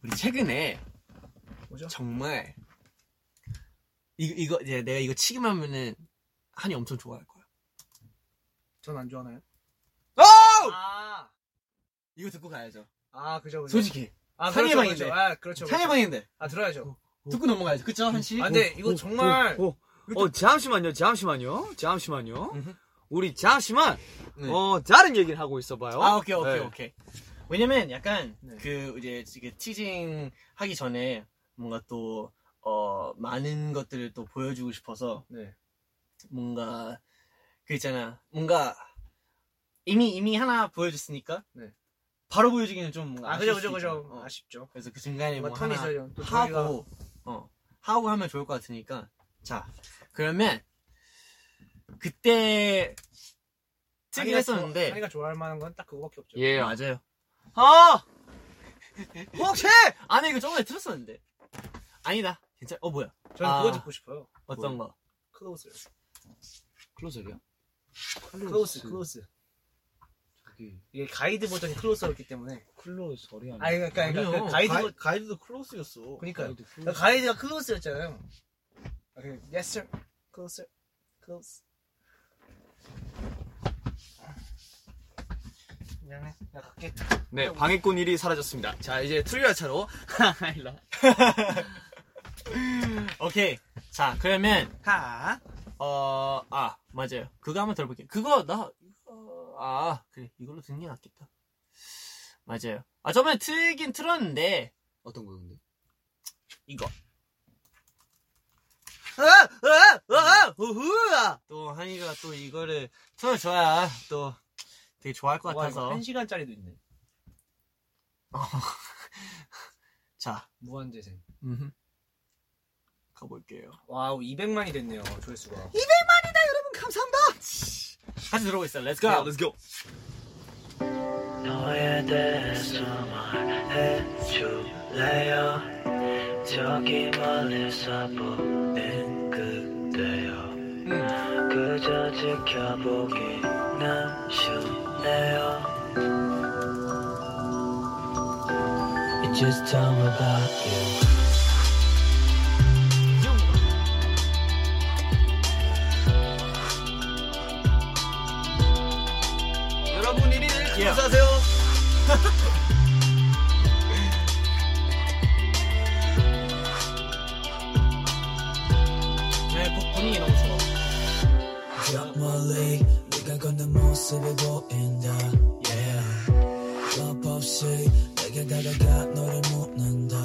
S2: 우리 최근에
S4: 뭐죠?
S2: 정말 이거 이거 이제 내가 이거 치기만 하면은 한이 엄청 좋아할 거야.
S4: 전 안 좋아하나요? 아,
S2: 이거 듣고 가야죠.
S4: 아 그죠 그죠.
S2: 솔직히
S4: 아,
S2: 산의
S4: 그렇죠,
S2: 방인데.
S4: 그렇죠. 아 그렇죠.
S2: 찬이
S4: 그렇죠.
S2: 방인데
S4: 아 들어야죠.
S2: 듣고 넘어가야죠. 그쵸 한 씨?
S4: 아 근데 이거 정말
S2: 오,
S5: 어 잠시만요 잠시만요 잠시만요 우리 잠시만
S4: 네.
S5: 어 다른 얘기를 하고 있어봐요
S2: 네. 아 오케이 오케이
S5: 네.
S2: 오케이 왜냐면 약간
S4: 네.
S2: 그 이제 이게 티징 하기 전에 뭔가 또 어, 많은 것들을 또 보여주고 싶어서
S4: 네.
S2: 뭔가 그 있잖아 뭔가 이미 이미 하나 보여줬으니까
S4: 네.
S2: 바로 보여주기는 좀 뭔가
S4: 아
S2: 아쉬울
S4: 그죠 그죠
S2: 수
S4: 그죠
S2: 있잖아. 어.
S4: 아쉽죠
S2: 그래서 그 중간에 뭐
S4: 뭔가 턴이
S2: 하나
S4: 있어요 또 저희가
S2: 하고 어 하고 하면 좋을 것 같으니까 자 그러면 그때 특이를 했었는데
S4: 한이가 좋아할 만한 건 딱 그거밖에 없죠
S5: 예
S2: 맞아요
S5: 아 혹시
S2: 아니 이거 저번에 들었었는데 아니다 괜찮 어 뭐야
S4: 저는
S2: 아.
S4: 그거 듣고 싶어요
S2: 어떤 거
S4: 클로스
S5: 클로저요
S4: 클로스
S2: 그
S4: 클로스
S6: 저기
S4: 이게 가이드 버전이 클로스였기 때문에
S6: 클로즈 소리 아니야?
S4: 아니 그러니까, 그러니까 그 가이드 버
S8: 가이드도 클로스였어.
S4: 그러니까요 그러니까 가이드가 클로스였잖아요 아, 그, Yes sir Closer Close 미안해 나 갈게
S5: 네 방해꾼 일이 사라졌습니다 자 이제 트리라 차로 하하일라
S2: 오케이 자 그러면 하어아 맞아요 그거 한번 들어볼게요 그거 나 이거 아 그래 이걸로 듣는 게 낫겠다 맞아요 아 저번에 틀긴 틀었는데
S5: 어떤 거 근데
S2: 이거
S5: 아,
S2: 또 한이가 또 이거를 틀어줘야 또 되게 좋아할 것
S4: 와 이거
S2: 같아서
S4: 한 시간짜리도 있네
S2: 자
S4: 무한재생
S2: 음. 가볼게요
S4: 와우 200만이 됐네요 조회수가
S2: 같이 들어보고 있어요 렛츠 고
S5: let's go
S9: 너에 대해서 말해줄래요 저기 멀리서 보인 그대여 그저 지켜보기는 쉽네요 It just tell me about you
S5: 여러분 일일 감사하세요
S2: 네, 그 분위기 너무 좋아
S9: 저 멀리 네가 걷는 모습이 보인다 yeah. 겁 없이 내게 다가가 너를 묻는다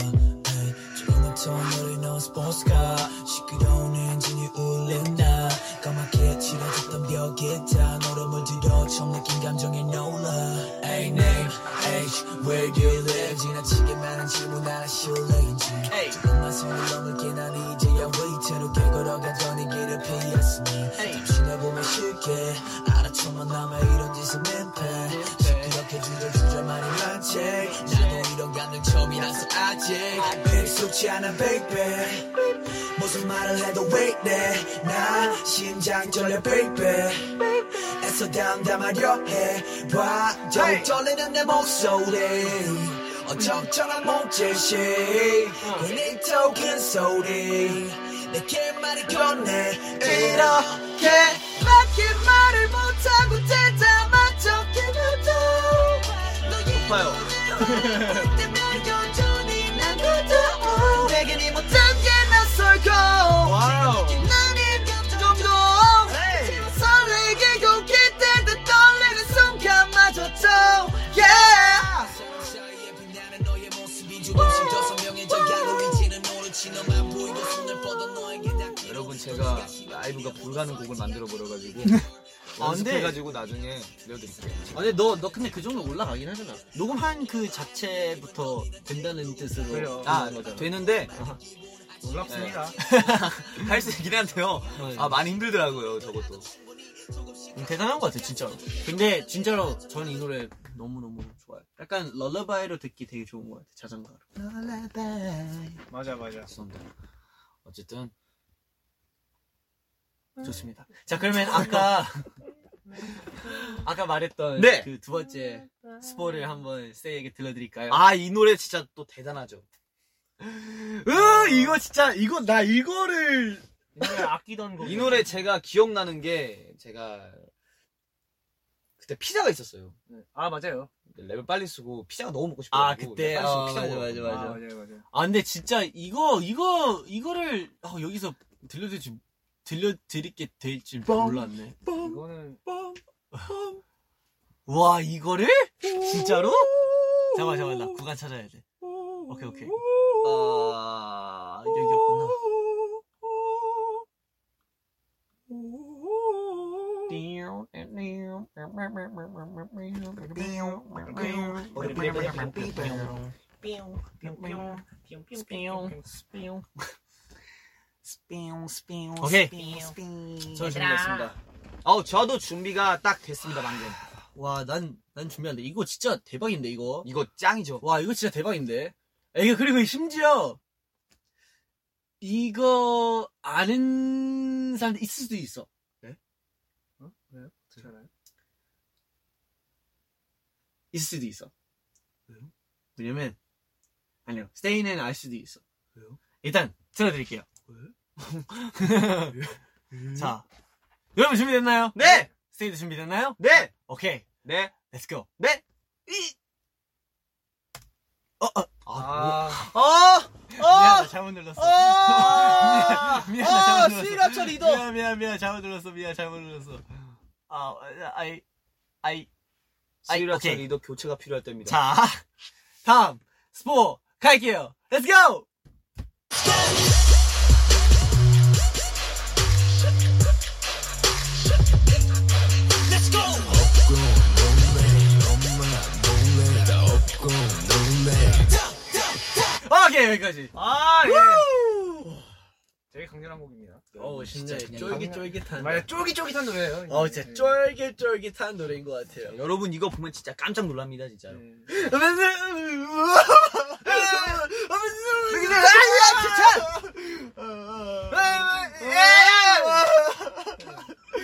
S9: hey. 지금부터 우리 넌 스포츠카 시끄러운 엔진이 울린다 까맣게 칠해졌던 벽에 다 너를 물들여 처음 느낀 감정에 놀라 hey name H where do you live 지나치게 많은 질문 하나 실례인지 조금만 손을 넘을게 난 이제야 위태롭게 걸어가던 이 길을 피했으니 당신을 보면 쉽게 알아쳐만 남아 이런 짓은 민폐 시끄럽게 주저주저 많이 많지 나도 이런 감정 처음이라서 아직 익숙치 않은 baby 무슨 말을 해도 왜 이래 나 심장 떨려 baby 애써 담담하려 해봐 더욱 떨리는 내 목소리 어정쩡한 몸짓이 괜히 더욱은 소리 내게 말을 건네 이렇게 밖에 말을 못하고 대담한 척해봐도 너의 눈으로 때면 여전히 난 그저 내게 네 못한 게 낯설고 나는 감정도 설레게 고개 때 떨리는 순간마저도 yeah 사이에 빛나는 너의 모습이 조금씩 더 선명해져 가고 이제는 오로지 너만 보이고 손을 뻗어 너에게 닿기
S6: 여러분 제가 라이브가 불가는 곡을 만들어 버려가지고
S2: 아, 근데-
S6: 연습해가지고 나중에 들려드릴게요.
S2: 아니 너 너 근데 그 정도 올라가긴 하잖아. 녹음한 그 자체부터 된다는 뜻으로
S4: 그래요.
S2: 아,
S6: 아
S5: 음,
S2: 맞아.
S6: 되는데
S4: 놀랍습니다
S6: 할 수 있긴 한데요. 아 많이 힘들더라고요 저것도.
S2: 대단한 것 같아 진짜로. 근데 진짜로 저는 이 노래 너무 너무 좋아요. 약간 럴러바이로 듣기 되게 좋은 것 같아 자장가로.
S4: 맞아 맞아
S2: 어쨌든 좋습니다. 자 그러면 아까 아까 말했던
S5: 네.
S2: 그 두 번째 스포를 한번 세이에게 들려드릴까요?
S5: 아 이 노래 진짜 또 대단하죠
S2: 아,
S5: 으 이거 진짜 이거 나 이거를
S4: 이 노래 아끼던 곡
S5: 이 노래 제가 기억나는 게 제가 그때 피자가 있었어요
S4: 아 맞아요
S5: 랩을 빨리 쓰고 피자가 너무 먹고 싶어요
S2: 아, 그때 어, 맞아 맞아
S4: 맞아
S2: 맞아.
S4: 맞아요 맞아요
S2: 아 근데 진짜 이거 이거 이거를 아, 여기서 들려드릴지 들려드릴게 될지 몰랐네.
S4: 이거는
S2: 와 이거를? 진짜로? 잠깐만 잠깐만 나 구간 찾아야 돼. 오케이 오케이. 아 여기 없구나.
S5: 오케이.
S2: 저 준비했습니다.
S6: 어,
S5: 아우 저도 준비가 딱 됐습니다 방금.
S2: 와난난 준비한데 이거 진짜 대박인데 이거.
S5: 이거 짱이죠.
S2: 와 이거 진짜 대박인데. 이게 그리고 심지어 이거 아는 사람들 있을 수도 있어.
S4: 괜찮아요?
S2: 있을 수도 있어. 왜요? 왜냐면 아니요 스테이는 알 수도 있어. 왜요? 일단 틀어드릴게요. 자 여러분 준비됐나요?
S5: 네.
S2: 스테이도 준비됐나요?
S5: 네.
S2: 오케이
S5: 네.
S2: 렛츠 고.
S5: 네.
S4: 아,
S2: 아,
S6: 아,
S2: 뭐?
S5: 어. 어.
S2: 미안 잘못 눌렀어.
S5: 아!
S2: 미안, 미안, 잘못 눌렀어.
S5: 시그라처 리더.
S2: 미안 미안 미안 잘못 눌렀어 미안 잘못 눌렀어. 아 아이 아이 아이,
S6: 시그라처
S2: 오케이.
S6: 리더 교체가 필요할 때입니다.
S2: 자 다음 스포 갈게요. 렛츠 고. 오케이 여기까지.
S4: 아 예. 되게 강렬한 곡입니다.
S2: 어 진짜
S4: 그냥
S2: 쫄깃쫄깃한.
S4: 맞아 쫄깃쫄깃한 노래예요. 이게.
S2: 어 진짜 쫄깃쫄깃한 노래인 것 같아요.
S6: 여러분 이거 보면 진짜 깜짝 놀랍니다 진짜로.
S4: 네. 예!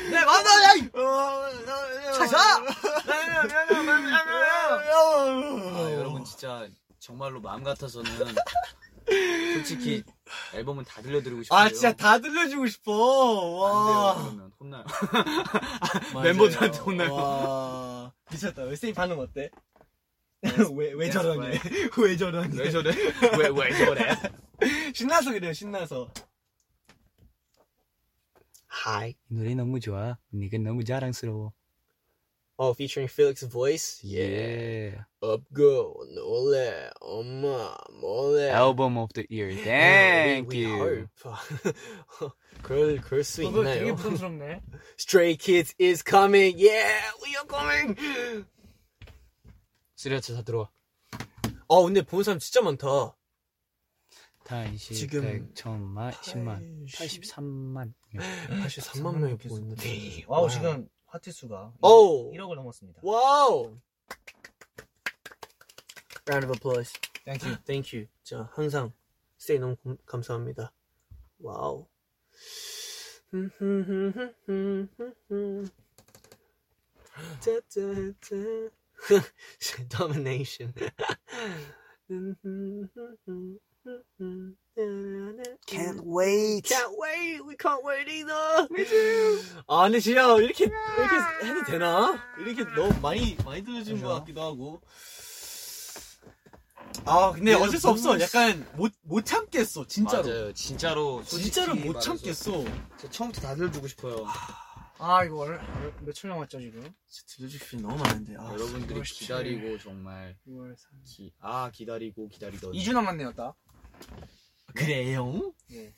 S2: 네 맞아. 네, 차차.
S6: 아, 여러분 진짜 정말로 마음 같아서는 솔직히 앨범은 다 들려드리고 싶어요.
S2: 아 진짜 다 들려주고 싶어.
S6: 안 돼요
S2: 와.
S6: 그러면 혼나요.
S2: 멤버들한테 혼나요. 와. 미쳤다. 왜 스테이 반응 어때? 왜 왜 저러니? 네, 왜 저러니?
S6: 왜 저래? 왜 왜 저래?
S2: 신나서 그래요. 신나서.
S7: Hi.
S6: 노래 너무 좋아. 네가 너무 자랑스러워.
S7: Oh, featuring Felix's voice. Yeah. Upgo, Nole, Oma, Mole.
S6: Album of the Year.
S7: we, we hope. 그럴 그럴 수
S4: 저도 되게
S7: 있나요?
S4: 부담스럽네.
S7: Stray Kids is coming. Yeah, we are coming. 쓰레차 다 들어와. 아 근데 본 사람 진짜 많다.
S6: 단시
S7: 지금 백,
S6: 천만
S7: 83만.
S4: 83만
S7: 83만 명이
S4: 명이
S7: 보고 있는데.
S4: 와우 지금 하트 수가
S7: 오.
S4: 1억을 넘었습니다.
S7: 와우. Round of applause.
S4: Thank you.
S7: Thank you. 저 항상 스테이 너무 감- 감사합니다. 와우. Domination. Can't wait. Can't wait. We can't wait either. Me too. 아니 진짜 이렇게 이렇게 해도 되나?
S2: 이렇게 너무 많이 많이 들려준
S4: 그죠?
S2: 것 같기도 하고. 아 근데 어쩔 수 없어. 약간 못 못 참겠어. 진짜로.
S6: 네, 맞아요. 진짜로
S2: 진짜로 못 참겠어.
S6: 저 처음부터 다 들려주고 싶어요.
S4: 아 이거 얼, 얼, 며칠 남았죠 지금?
S2: 진짜 들려줄 필요 너무 많은데. 아,
S6: 여러분들이
S4: 멋있지.
S6: 기다리고 정말
S4: 6월 3일.
S6: 기, 아 기다리고 기다리던
S4: 2주 남았네요 딱.
S2: 그래요?
S4: 네.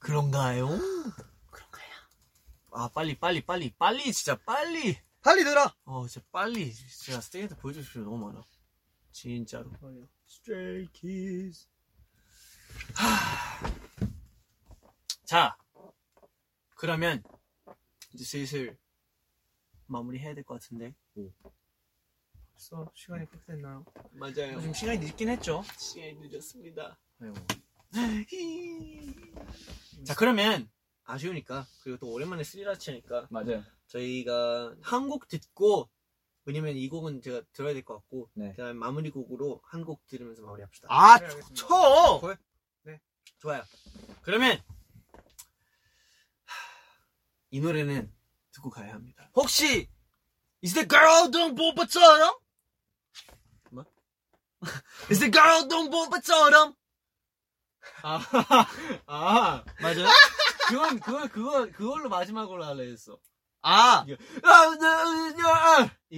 S2: 그런가요? 그런가요? 아 빨리 빨리 빨리 빨리 진짜 빨리.
S6: 빨리 들어.
S2: 어 진짜 빨리 진짜 스테이한테 보여줄 필요 너무 많아. 진짜로. Stray Kids. 자, 그러면 이제 슬슬 마무리해야 될 것 같은데.
S4: 벌써 시간이 그렇게 됐나요?
S2: 맞아요.
S4: 지금 시간이 늦긴 했죠.
S2: 시간이 늦었습니다.
S4: 아이고.
S2: 자, 그러면 아쉬우니까 그리고 또 오랜만에 스리라치니까
S6: 맞아요.
S2: 저희가 한 곡 듣고 왜냐면 이 곡은 제가 들어야 될 것 같고
S6: 네.
S2: 그다음 마무리 곡으로 한 곡 들으면서 마무리합시다.
S5: 아,
S4: 네, 알겠습니다.
S5: 쳐!
S2: 좋아요. 그러면 이 노래는 듣고 가야 합니다.
S5: 혹시 Is the girl don't bomba처럼?
S2: 뭐?
S5: Is the girl don't bomba처럼?
S2: 아, 아 맞아요. 그건 그걸 그걸 그걸로 마지막으로 할라 했어.
S5: 아,
S2: 이거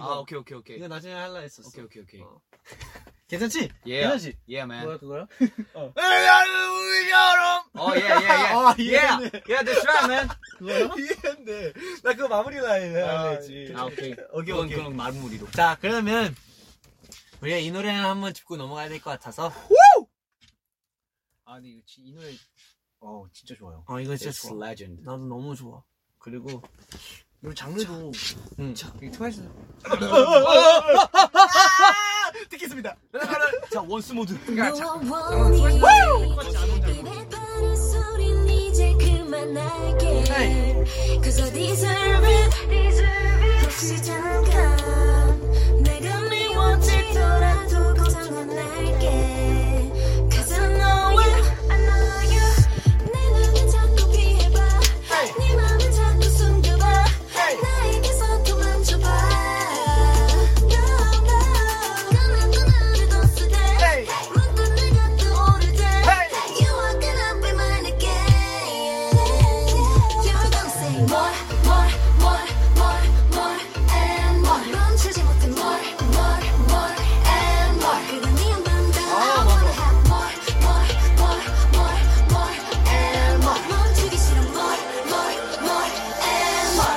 S5: 아 오케이 오케이 오케이.
S2: 이거 나중에 할라 했었어.
S5: 오케이 오케이 오케이.
S2: 어. 괜찮지?
S5: 예.
S2: 괜찮지?
S5: 예, man.
S4: 그거요?
S5: 어, 예, 예, 예.
S2: 아,
S5: Yeah, yeah, that's right, man.
S2: 이해했네. 나 그거 마무리 라인에 할래지.
S5: 아, 오케이.
S2: 오케이
S5: 그건
S2: 오케이.
S5: 그럼 마무리로.
S2: 자 그러면 우리가 이 노래는 한번 짚고 넘어가야 될 것 같아서.
S4: 아 근데 이거 지- 이 노래 어 진짜 좋아요.
S2: 어 이거 진짜
S5: It's
S2: 좋아.
S5: legend.
S2: 나도 너무 좋아. 그리고
S4: 이 장르도
S2: 음.
S4: 이게 트와이스
S2: 듣겠습니다.
S5: 자, 원스 모드.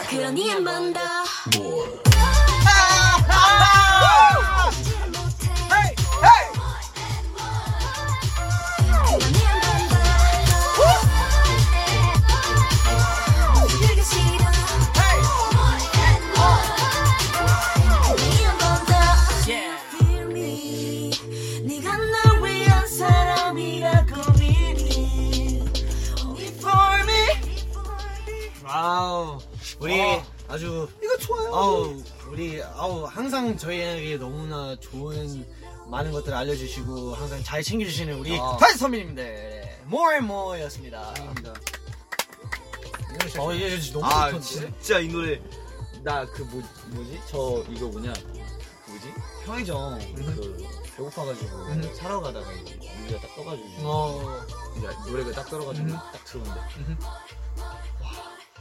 S1: 그러니 한번 더. 네가 날 위한 사람이라고 미리 For me
S2: 와우. 우리
S4: 어,
S2: 아주 이거 좋아요. 아우 우리 아우 항상 저희에게 너무나 좋은 많은 것들을 알려주시고 항상 잘 챙겨주시는 우리
S5: 아.
S2: 다시 선배님들 more and more였습니다. 어 이게 너무
S5: 아,
S2: 좋던데?
S5: 진짜 이 노래. 나 그 뭐, 뭐지? 저 이거 뭐냐? 그 뭐지? 평해정.
S2: 음.
S5: 그 배고파가지고 사러 가다가 이거 우리가 딱 떠가지고.
S2: 어 음.
S5: 그러니까 노래가 딱 떨어가지고 딱 들어온데. 와,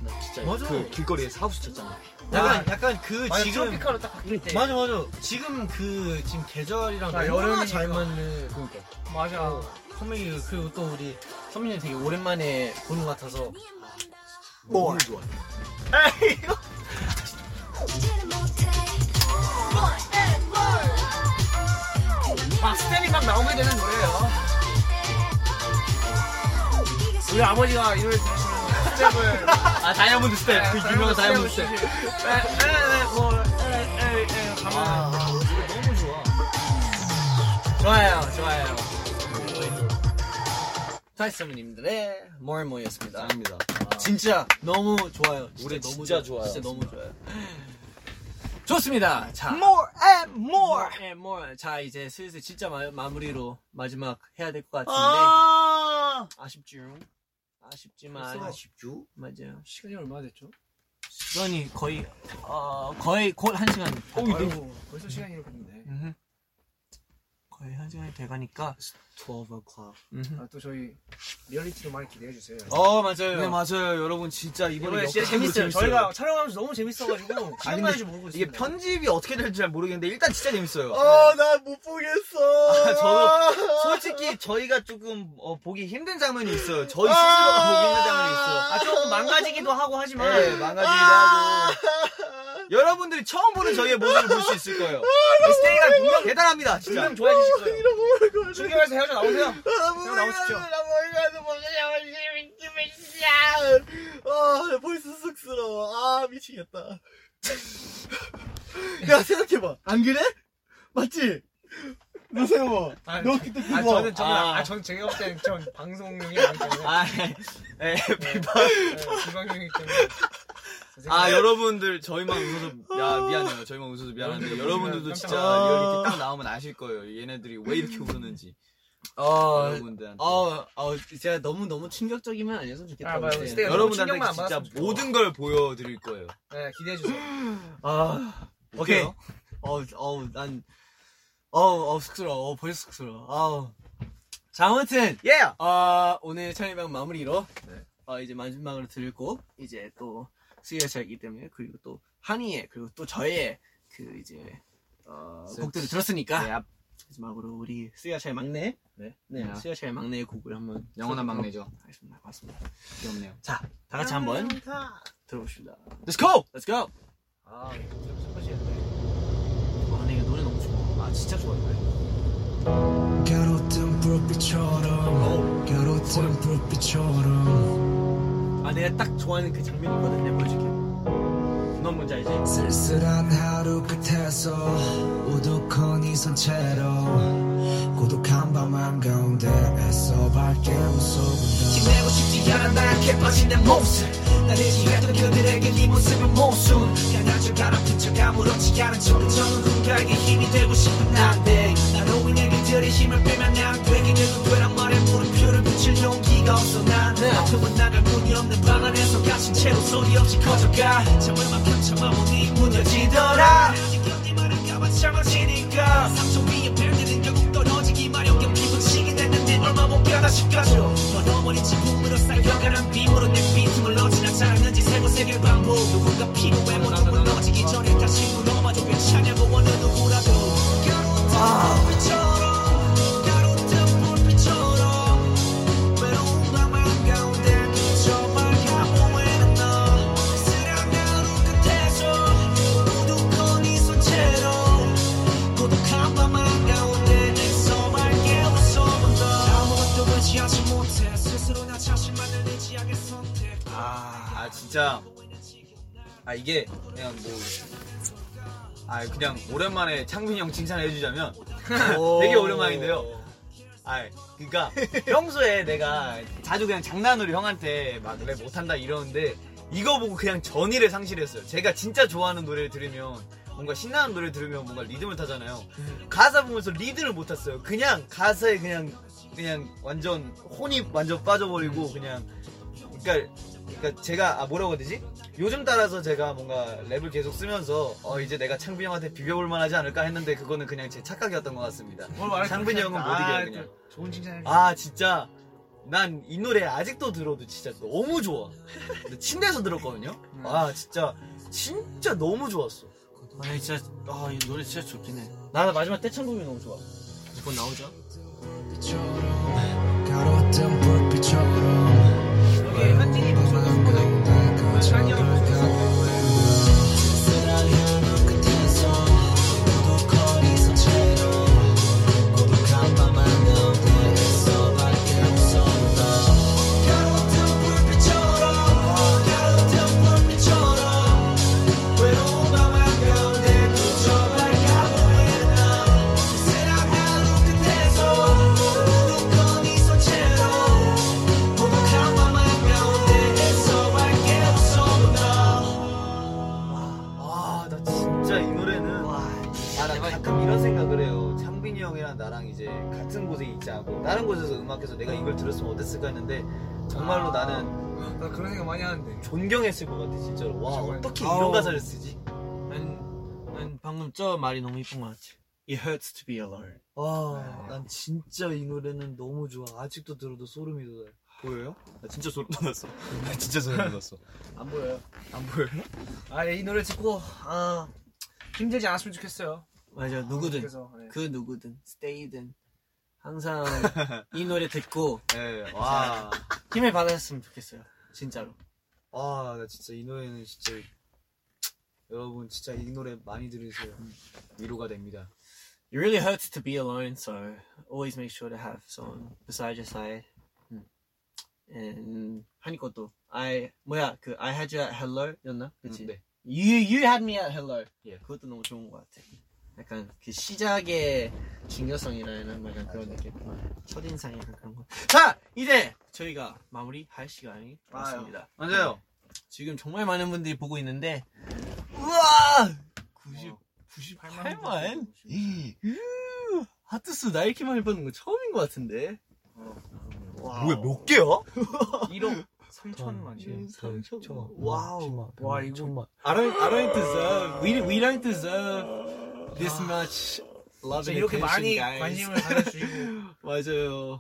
S5: 나 진짜
S2: 맞아.
S5: 그 길거리에 사업수 쳤잖아. 아,
S2: 약간 약간 그 지금
S4: 트로피카로 딱 그릴 때.
S2: 맞아 맞아 지금 그 지금 계절이랑
S4: 자,
S2: 얼마나
S4: 여름이니까.
S2: 잘 맞는 그
S4: 그러니까.
S2: 어,
S4: 맞아.
S2: 선배님 그리고 또 우리 선배님 되게 오랜만에 보는 것 같아서
S5: 너무 좋아.
S4: 막 스탠이 막 나오게 되는 노래예요. 우리 아버지가 이 노래 들으시면 스텝을 네,
S5: 아, 다이아몬드 스텝. 그 유명한 다이아몬드 스텝.
S4: 뭐, 네,
S2: 아,
S5: 아.
S4: 가만.
S2: 좋아요 좋아요 타이스 선배님들의 more and more였습니다 아,
S5: 짱입니다.
S2: 진짜 너무 좋아요
S5: 우리
S2: 너무
S5: 진짜
S2: 좋-
S5: 좋아요.
S2: 진짜 너무 좋아요 좋습니다 자
S5: More and more.
S2: more and more 자 이제 슬슬 진짜 마, 무리로 마지막 해야 될 것 같은데
S5: 아,
S2: 아쉽죠 아쉽지만
S5: 아쉽죠?
S2: 맞아요
S4: 시간이 얼마나 됐죠?
S2: 시간이 거의 어 거의 곧 한 시간
S5: 어,
S4: 아이고, 벌써 시간이 이렇게 됐네.
S2: 음흠. 거의 한 시간이 돼가니까
S5: 12 o'clock.
S4: 아, 또 저희 리얼리티도 많이 기대해 주세요.
S2: 어 맞아요
S5: 네, 맞아요. 여러분, 진짜 이번에
S4: 이번에 진짜
S5: 역대급으로
S4: 재밌어요. 저희가 촬영하면서 너무 재밌어가지고 시간 가는 줄 모르고
S5: 이게
S4: 있습니다.
S5: 편집이 어떻게 될지 잘 모르겠는데 일단 진짜 재밌어요. 네.
S2: 어나못 보겠어
S5: 아, 저는 솔직히 저희가 조금 어, 보기 힘든 장면이 있어요. 저희 스스로가 보기 힘든 장면이 있어요.
S4: 아, 조금 망가지기도 하고 하지만
S5: 네, 망가지기도 하고. 여러분들이 처음 보는 저희의 모습을 볼 수 있을 거예요.
S4: 스테이가 분명
S5: 대단합니다, 진짜.
S4: 분명 좋아해 주실 거예요. 중계에서 헤어져 나오세요. 헤어져 나오십시오.
S2: 아 벌써 쑥스러워 아 미치겠다 야 생각해봐 안 그래? 맞지? 노세호
S4: 아,
S2: 너 그때
S4: 아,
S2: 그거
S4: 저는 저는
S5: 아.
S4: 아, 저는 제가 볼 때는 전 방송용이 아니기 때문에
S5: 아, 에,
S4: 네, 비방용이기 때문에 네,
S5: 아, 여러분들, 저희만 웃어서, 야, 미안해요. 저희만 웃어서 미안한데, 여러분들도 진짜 리얼리티 딱 나오면 아실 거예요. 얘네들이 왜 이렇게 웃었는지.
S2: 어,
S5: 여러분들한테.
S2: 어, 어, 제가 너무 너무 충격적이면 아니었으면 좋겠다. 네.
S4: 아, 맞아요.
S2: 근데.
S4: 스테이-
S5: 여러분들한테
S4: 신경만 안
S5: 진짜
S4: 받았으면 좋겠어.
S5: 모든 걸 보여드릴 거예요.
S4: 네, 기대해 주세요.
S2: 아, 오케이.
S5: 웃겨요?
S2: 어, 어, 난, 어, 어, 쑥스러워. 어, 벌써 쑥스러워. 아우. 자, 아무튼,
S5: Yeah!
S2: 아, 오늘 촬영방 마무리로,
S4: 네.
S2: 아 어, 이제 마지막으로 들을 곡 이제 또 스위아차이기 때문에 그리고 또 한이의 그리고 또 저의 그 이제 어, 곡들을 들었으니까
S5: 네,
S2: 마지막으로 우리 스위아차의 막내
S6: 네.
S2: 네 스위아차의 막내의 곡을 한번
S5: 영원한
S2: 들어보도록
S5: 막내죠.
S2: 하겠습니다. 맞습니다.
S5: 귀엽네요.
S2: 다 같이 한번 들어봅시다.
S5: Let's go!
S2: Let's go.
S4: 아 이거 슬퍼지는데
S2: 아, 근데 이게 노래 너무 좋아.
S4: 아 진짜 좋아요
S9: 가로등 불빛처럼 가로등 불빛처럼
S2: 아 내가 딱 좋아하는 그 장면이거든. 내가 보여줄게. 넌 뭔지 알지?
S9: 쓸쓸한 하루 끝에서 우두커니 선 채로 고독한 밤 한가운데 애써 밝게 웃어본다 지내고 싶지 않아 나약해 빠진 내 몹쓸 날 의지했던 그들에게 네 모습은 모순 강한 척 가라픈 척 아무렇지 않은 척은 저 누군가에게 힘이 되고 싶은 난데 나로 인해 그들의 힘을 빼면 안 되게 되도 되란 말에 물음표를 붙일 용기가 없어 나는 앞으로 나갈 문이 없는 방 안에서 갇힌 채로 소리 없이 커져가 잠을 막혀 참아보니 문 열지더라 아직 견디 말은 가만 참아지니까 상처 위에 벨들은 결국 떨어지기 마련 겨 피부치긴 했는데 얼마 못 가다 싶가죠 얼어버린 지붕으로 쌓여가는 빔으로 내 빈틈을 어찌나 자랐는지 새고 새길 방법 누군가 피부에 모퉁을 넣어지기 전에 다시 물어봐도 괜찮냐고 어느 누구라도 가로등 불빛처럼 가로등 불빛처럼 외로운 밤 한가운데 정말 가보이는 너 쓸쓸한 하루 끝에서 우두커니 손채로 고독한 밤 한가운데 애써 밝게 웃어본다 아무것도 의지하지 못해 스스로 나 자신만을 의지하게 선택
S5: 아, 진짜. 아, 이게 그냥 뭐. 아, 그냥 오랜만에 창빈이 형 칭찬을 해주자면 되게 오랜만인데요. 아, 그니까 평소에 내가 자주 그냥 장난으로 형한테 막 내 못한다 이러는데 이거 보고 그냥 전의를 상실했어요. 제가 진짜 좋아하는 노래를 들으면 뭔가 신나는 노래를 들으면 뭔가 리듬을 타잖아요. 가사 보면서 리듬을 못 탔어요. 그냥 가사에 그냥 그냥 완전 혼이 완전 빠져버리고 그냥 그러니까 그러니까 제가 아 뭐라고 해야 되지? 요즘 따라서 제가 뭔가 랩을 계속 쓰면서 어 이제 내가 창빈 형한테 비벼볼 만하지 않을까 했는데 그거는 그냥 제 착각이었던 것 같습니다. 창빈이 형은 못 이겨요 그냥.
S4: 아, 좋은 칭찬해
S5: 아 진짜 난 이 노래 아직도 들어도 진짜 너무 좋아. 근데 침대에서 들었거든요. 아 진짜 진짜 너무 좋았어.
S2: 아 진짜 아이 노래 진짜 좋긴 해.
S5: 나 마지막 떼창 부분이 너무 좋아.
S2: 곧 나오죠?
S9: 빛처럼 가로등 불빛처럼 예.
S4: 여기 아, 현진이 뭐 목소리
S9: 네
S4: 듣고 찬이 형 목소리
S9: 쓸쓸한 하루 끝에서 고독거리 선체로 고독한 밤 한가운데 애써 밝게 웃어온다 가로등 불빛처럼 가로등 불빛처럼 외로운 밤 한가운데 그저 밝아 보인다 쓸쓸한 하루 끝에서 우두커니 손채로 고독한 밤 한가운데 애써 밝게 웃어온다
S5: 아, 나 진짜 이 노래는. 아, 나 가끔 이런 생각을 해요. 창빈이 형이랑 나랑 이제 같은 곳에 있지 않고, 다른 곳에서 음악해서 내가 이걸 들었으면 어땠을까 했는데, 정말로
S4: 아.
S5: 나는
S4: 나 그런 생각 많이 하는데
S5: 존경했을 것 같아, 진짜로. 와,
S4: 정말.
S5: 어떻게
S2: 아우.
S5: 이런 가사를 쓰지?
S2: 난, 난 방금 저 말이 너무 이쁜 것 같지. It hurts to be alone.
S5: 와, 난 진짜 이 노래는 너무 좋아. 아직도 들어도 소름이 돋아요. 보여요? 나 진짜 소름 돋았어. 나 진짜 소름 돋았어.
S4: 안 보여요
S5: 안 보여요?
S4: 아 이 노래 듣고 아 힘들지 않았으면 좋겠어요
S2: 맞아 누구든
S4: 그래서 네.
S2: 그 누구든 스테이든 항상 이 노래 듣고
S5: 예, 와.
S2: 힘을 받았으면 좋겠어요. 진짜로.
S5: 아, 나 진짜 이 노래는 진짜 여러분 진짜 이 노래 많이 들으세요. 위로가 됩니다.
S2: It really hurts to be alone, so always make sure to have someone beside your side. Hmm. And 한이 것도 I 뭐야 그 I had you at hello였나? 그치?
S5: 음, 네.
S2: You you had me at hello.
S5: 예.
S2: 그것도 너무 좋은 것 같아. 약간 그 시작의 중요성이라는 약간 그런 느낌. 첫 인상 약간 그런 거. 자 이제 저희가 마무리 할 시간이 왔습니다.
S5: 맞아요.
S2: 지금 정말 많은 분들이 보고 있는데 우와
S5: 어,
S2: 90 98만 으, 하트수 나 이렇게 많이 받는 건 처음인 것 같은데
S5: 뭐야 몇 개야?
S4: 1억 3천만이에요
S2: 와우
S4: 와 이거
S2: I don't I don't deserve we we don't deserve this much love
S4: 진짜
S2: and
S4: 이렇게
S2: attention,
S4: 많이
S2: guys.
S4: 관심을 가져주시고
S2: 맞아요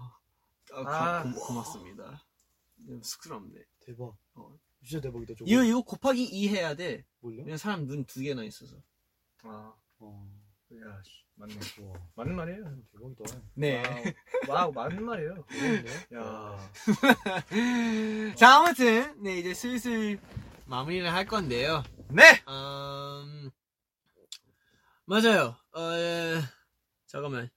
S2: 아,
S4: 아.
S2: 고, 맙습니다 쑥스럽네
S8: 대박.
S2: 어.
S8: 진짜 대박이다, 저거.
S2: 이거 이거 곱하기 2 해야 돼.
S8: 몰려?
S5: 네.
S2: 그냥 사람 눈 두 개나 있어서.
S4: 아,
S8: 어,
S4: 야, 씨, 맞네.
S8: 우와,
S4: 맞는 말이에요. 아,
S8: 대박이다.
S2: 네.
S4: 와우, 맞는 말이에요.
S8: 대박이네.
S4: 야,
S2: 자 아무튼 네 이제 슬슬 마무리를 할 건데요.
S5: 네.
S2: 음, 맞아요. 어, 예. 잠깐만.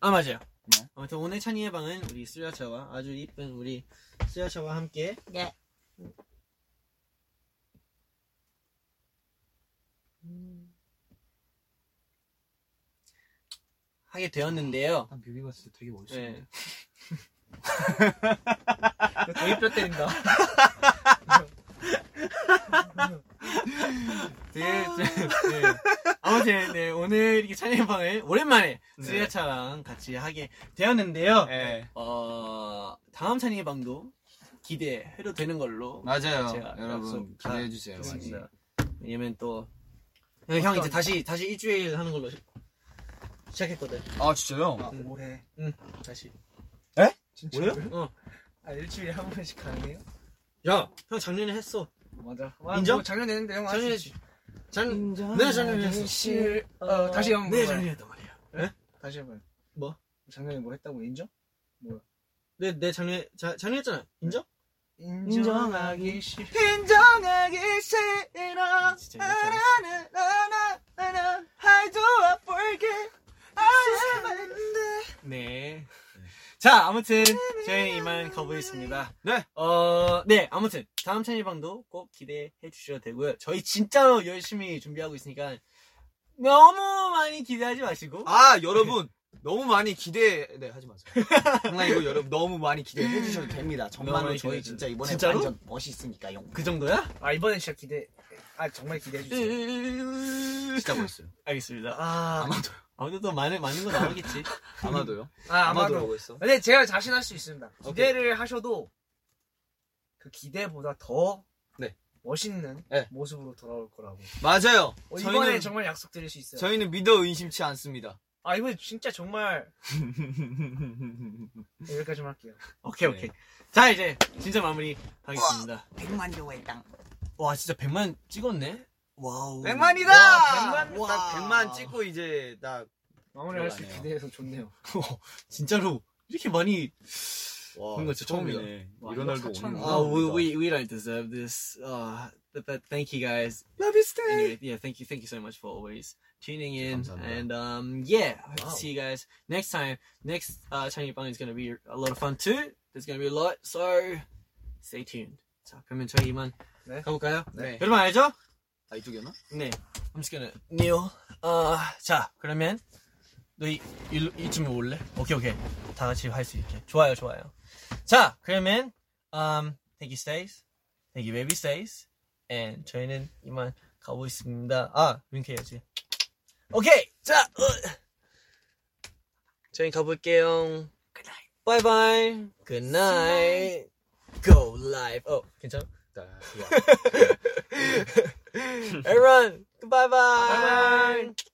S2: 아 맞아요.
S8: 네.
S2: 아무튼 오늘 찬이의 방은 우리 수야차와 아주 이쁜 우리 수야차와 함께 하게 되었는데요.
S8: 난 비비가 진짜 되게 멋있어.
S2: 네.
S4: 도입뼈 때린다.
S2: 네, 네, 네. 아무튼 네 오늘 이렇게 찬이의 방을 오랜만에 수야차랑 같이 하게 되었는데요.
S5: 네.
S2: 어 다음 찬이의 방도 기대해도 되는 걸로
S5: 맞아요.
S2: 제가
S5: 여러분
S2: 약속
S5: 기대해 주세요. 많이.
S2: 네, 맞습니다. 왜냐면 또, 형 이제 다시, 다시 일주일 하는 걸로 시- 시작했거든.
S5: 아 진짜요?
S4: 아, 올해.
S2: 다시.
S4: 진짜?
S2: 어.
S4: 아, 일주일에 한 번씩 가네요?
S2: 야! 형 작년에 했어.
S4: 맞아. 와,
S2: 인정?
S4: 뭐 작년 했는데 형
S2: 작년에,
S4: 아시지? 음,
S2: 작, 내가 작년에 했어.
S4: 실, 어, 다시 한번
S2: 네,
S4: 물어봐요.
S2: 작년에 했단 말이야.
S4: 다시 한번.
S2: 뭐?
S4: 작년에 뭐 했다고 인정?
S2: 내, 내 네, 작년에, 자, 작년에 했잖아. 인정?
S4: 인정하기 싫.
S2: 진짜 이거 잘했어. 네. 자, 아무튼, 저희 이만 가보겠습니다.
S5: 네.
S2: 어, 네, 아무튼, 다음 찬일방도 꼭 기대해 주셔도 되고요. 저희 진짜로 열심히 준비하고 있으니까, 너무 많이 기대하지 마시고.
S5: 아 여러분 너무 많이 기대 네 하지 마세요. 장난이고 여러분 너무 많이 네, 기대해 주셔도 됩니다. 정말로
S2: 많이 기대해
S5: 저희
S2: 주세요.
S5: 진짜 이번에
S2: 진짜로?
S5: 완전 멋있으니까요.
S2: 그 정도야?
S4: 아, 이번엔 진짜 기대, 아, 정말 기대해주세요.
S5: 진짜 멋있어요.
S2: 알겠습니다. 아,
S5: 아마도요.
S2: 아무튼 또 많은, 많은 거 나오겠지.
S5: 아마도요.
S4: 아,
S5: 음. 아마도
S4: 아마도.
S5: 라고 했어.
S4: 근데 제가 자신할 수 있습니다. 기대를 하셔도 그 기대보다 더
S5: 네.
S4: 멋있는
S5: 네.
S4: 모습으로 돌아올 거라고.
S5: 맞아요.
S4: 어, 이번에
S5: 저희는
S4: 정말 약속드릴 수 있어요.
S5: 저희는 믿어 의심치 않습니다.
S4: 아, 이번에 진짜 정말 네, 여기까지만 할게요.
S2: 오케이, 오케이. 자, 이제, 진짜 마무리 하겠습니다.
S1: 100만 조의 땅.
S2: 와, 진짜 100만 찍었네? 와우.
S5: 100만이다.
S4: 와, 100만?
S5: 딱 100만 찍고 이제 딱
S4: 마무리할 수
S5: 그러네요.
S4: 있게 돼서 좋네요.
S2: 진짜로, 이렇게 많이
S5: 와,
S2: 그런 거 진짜 처음이다.
S4: 와,
S5: 이런 날도
S4: 이거 사천-
S5: 오는
S2: Oh, we, we, we don't deserve this. Uh, but, but thank you guys. Love you, stay. Anyway, yeah, thank you, thank you so much for always tuning in.
S5: 감사합니다.
S2: And um, yeah, I hope
S5: Wow.
S2: to see you guys next time. Next uh, Chinese Bang is going to be a lot of fun too. There's going to be a lot, so stay tuned. 자, 그러면 저희 이만
S4: 네.
S2: 가볼까요?
S5: 네.
S2: 여러분 알죠?
S5: 아 이쪽이었나?
S2: 네. I'm just gonna kneel. 어, 자, 그러면 너 이, 일로- 이쯤에 올래? 오케이, 오케이. 다 같이 할 수 있게. 좋아요, 좋아요. 자, 그러면 um, thank you stays, thank you baby stays, and 저희는 이만 가고 있습니다. 아, 윙크해야지. 오케이, 자, 어. 저희 가볼게요. Bye bye. Good night. Go live. 어, 괜찮아? Everyone, goodbye bye.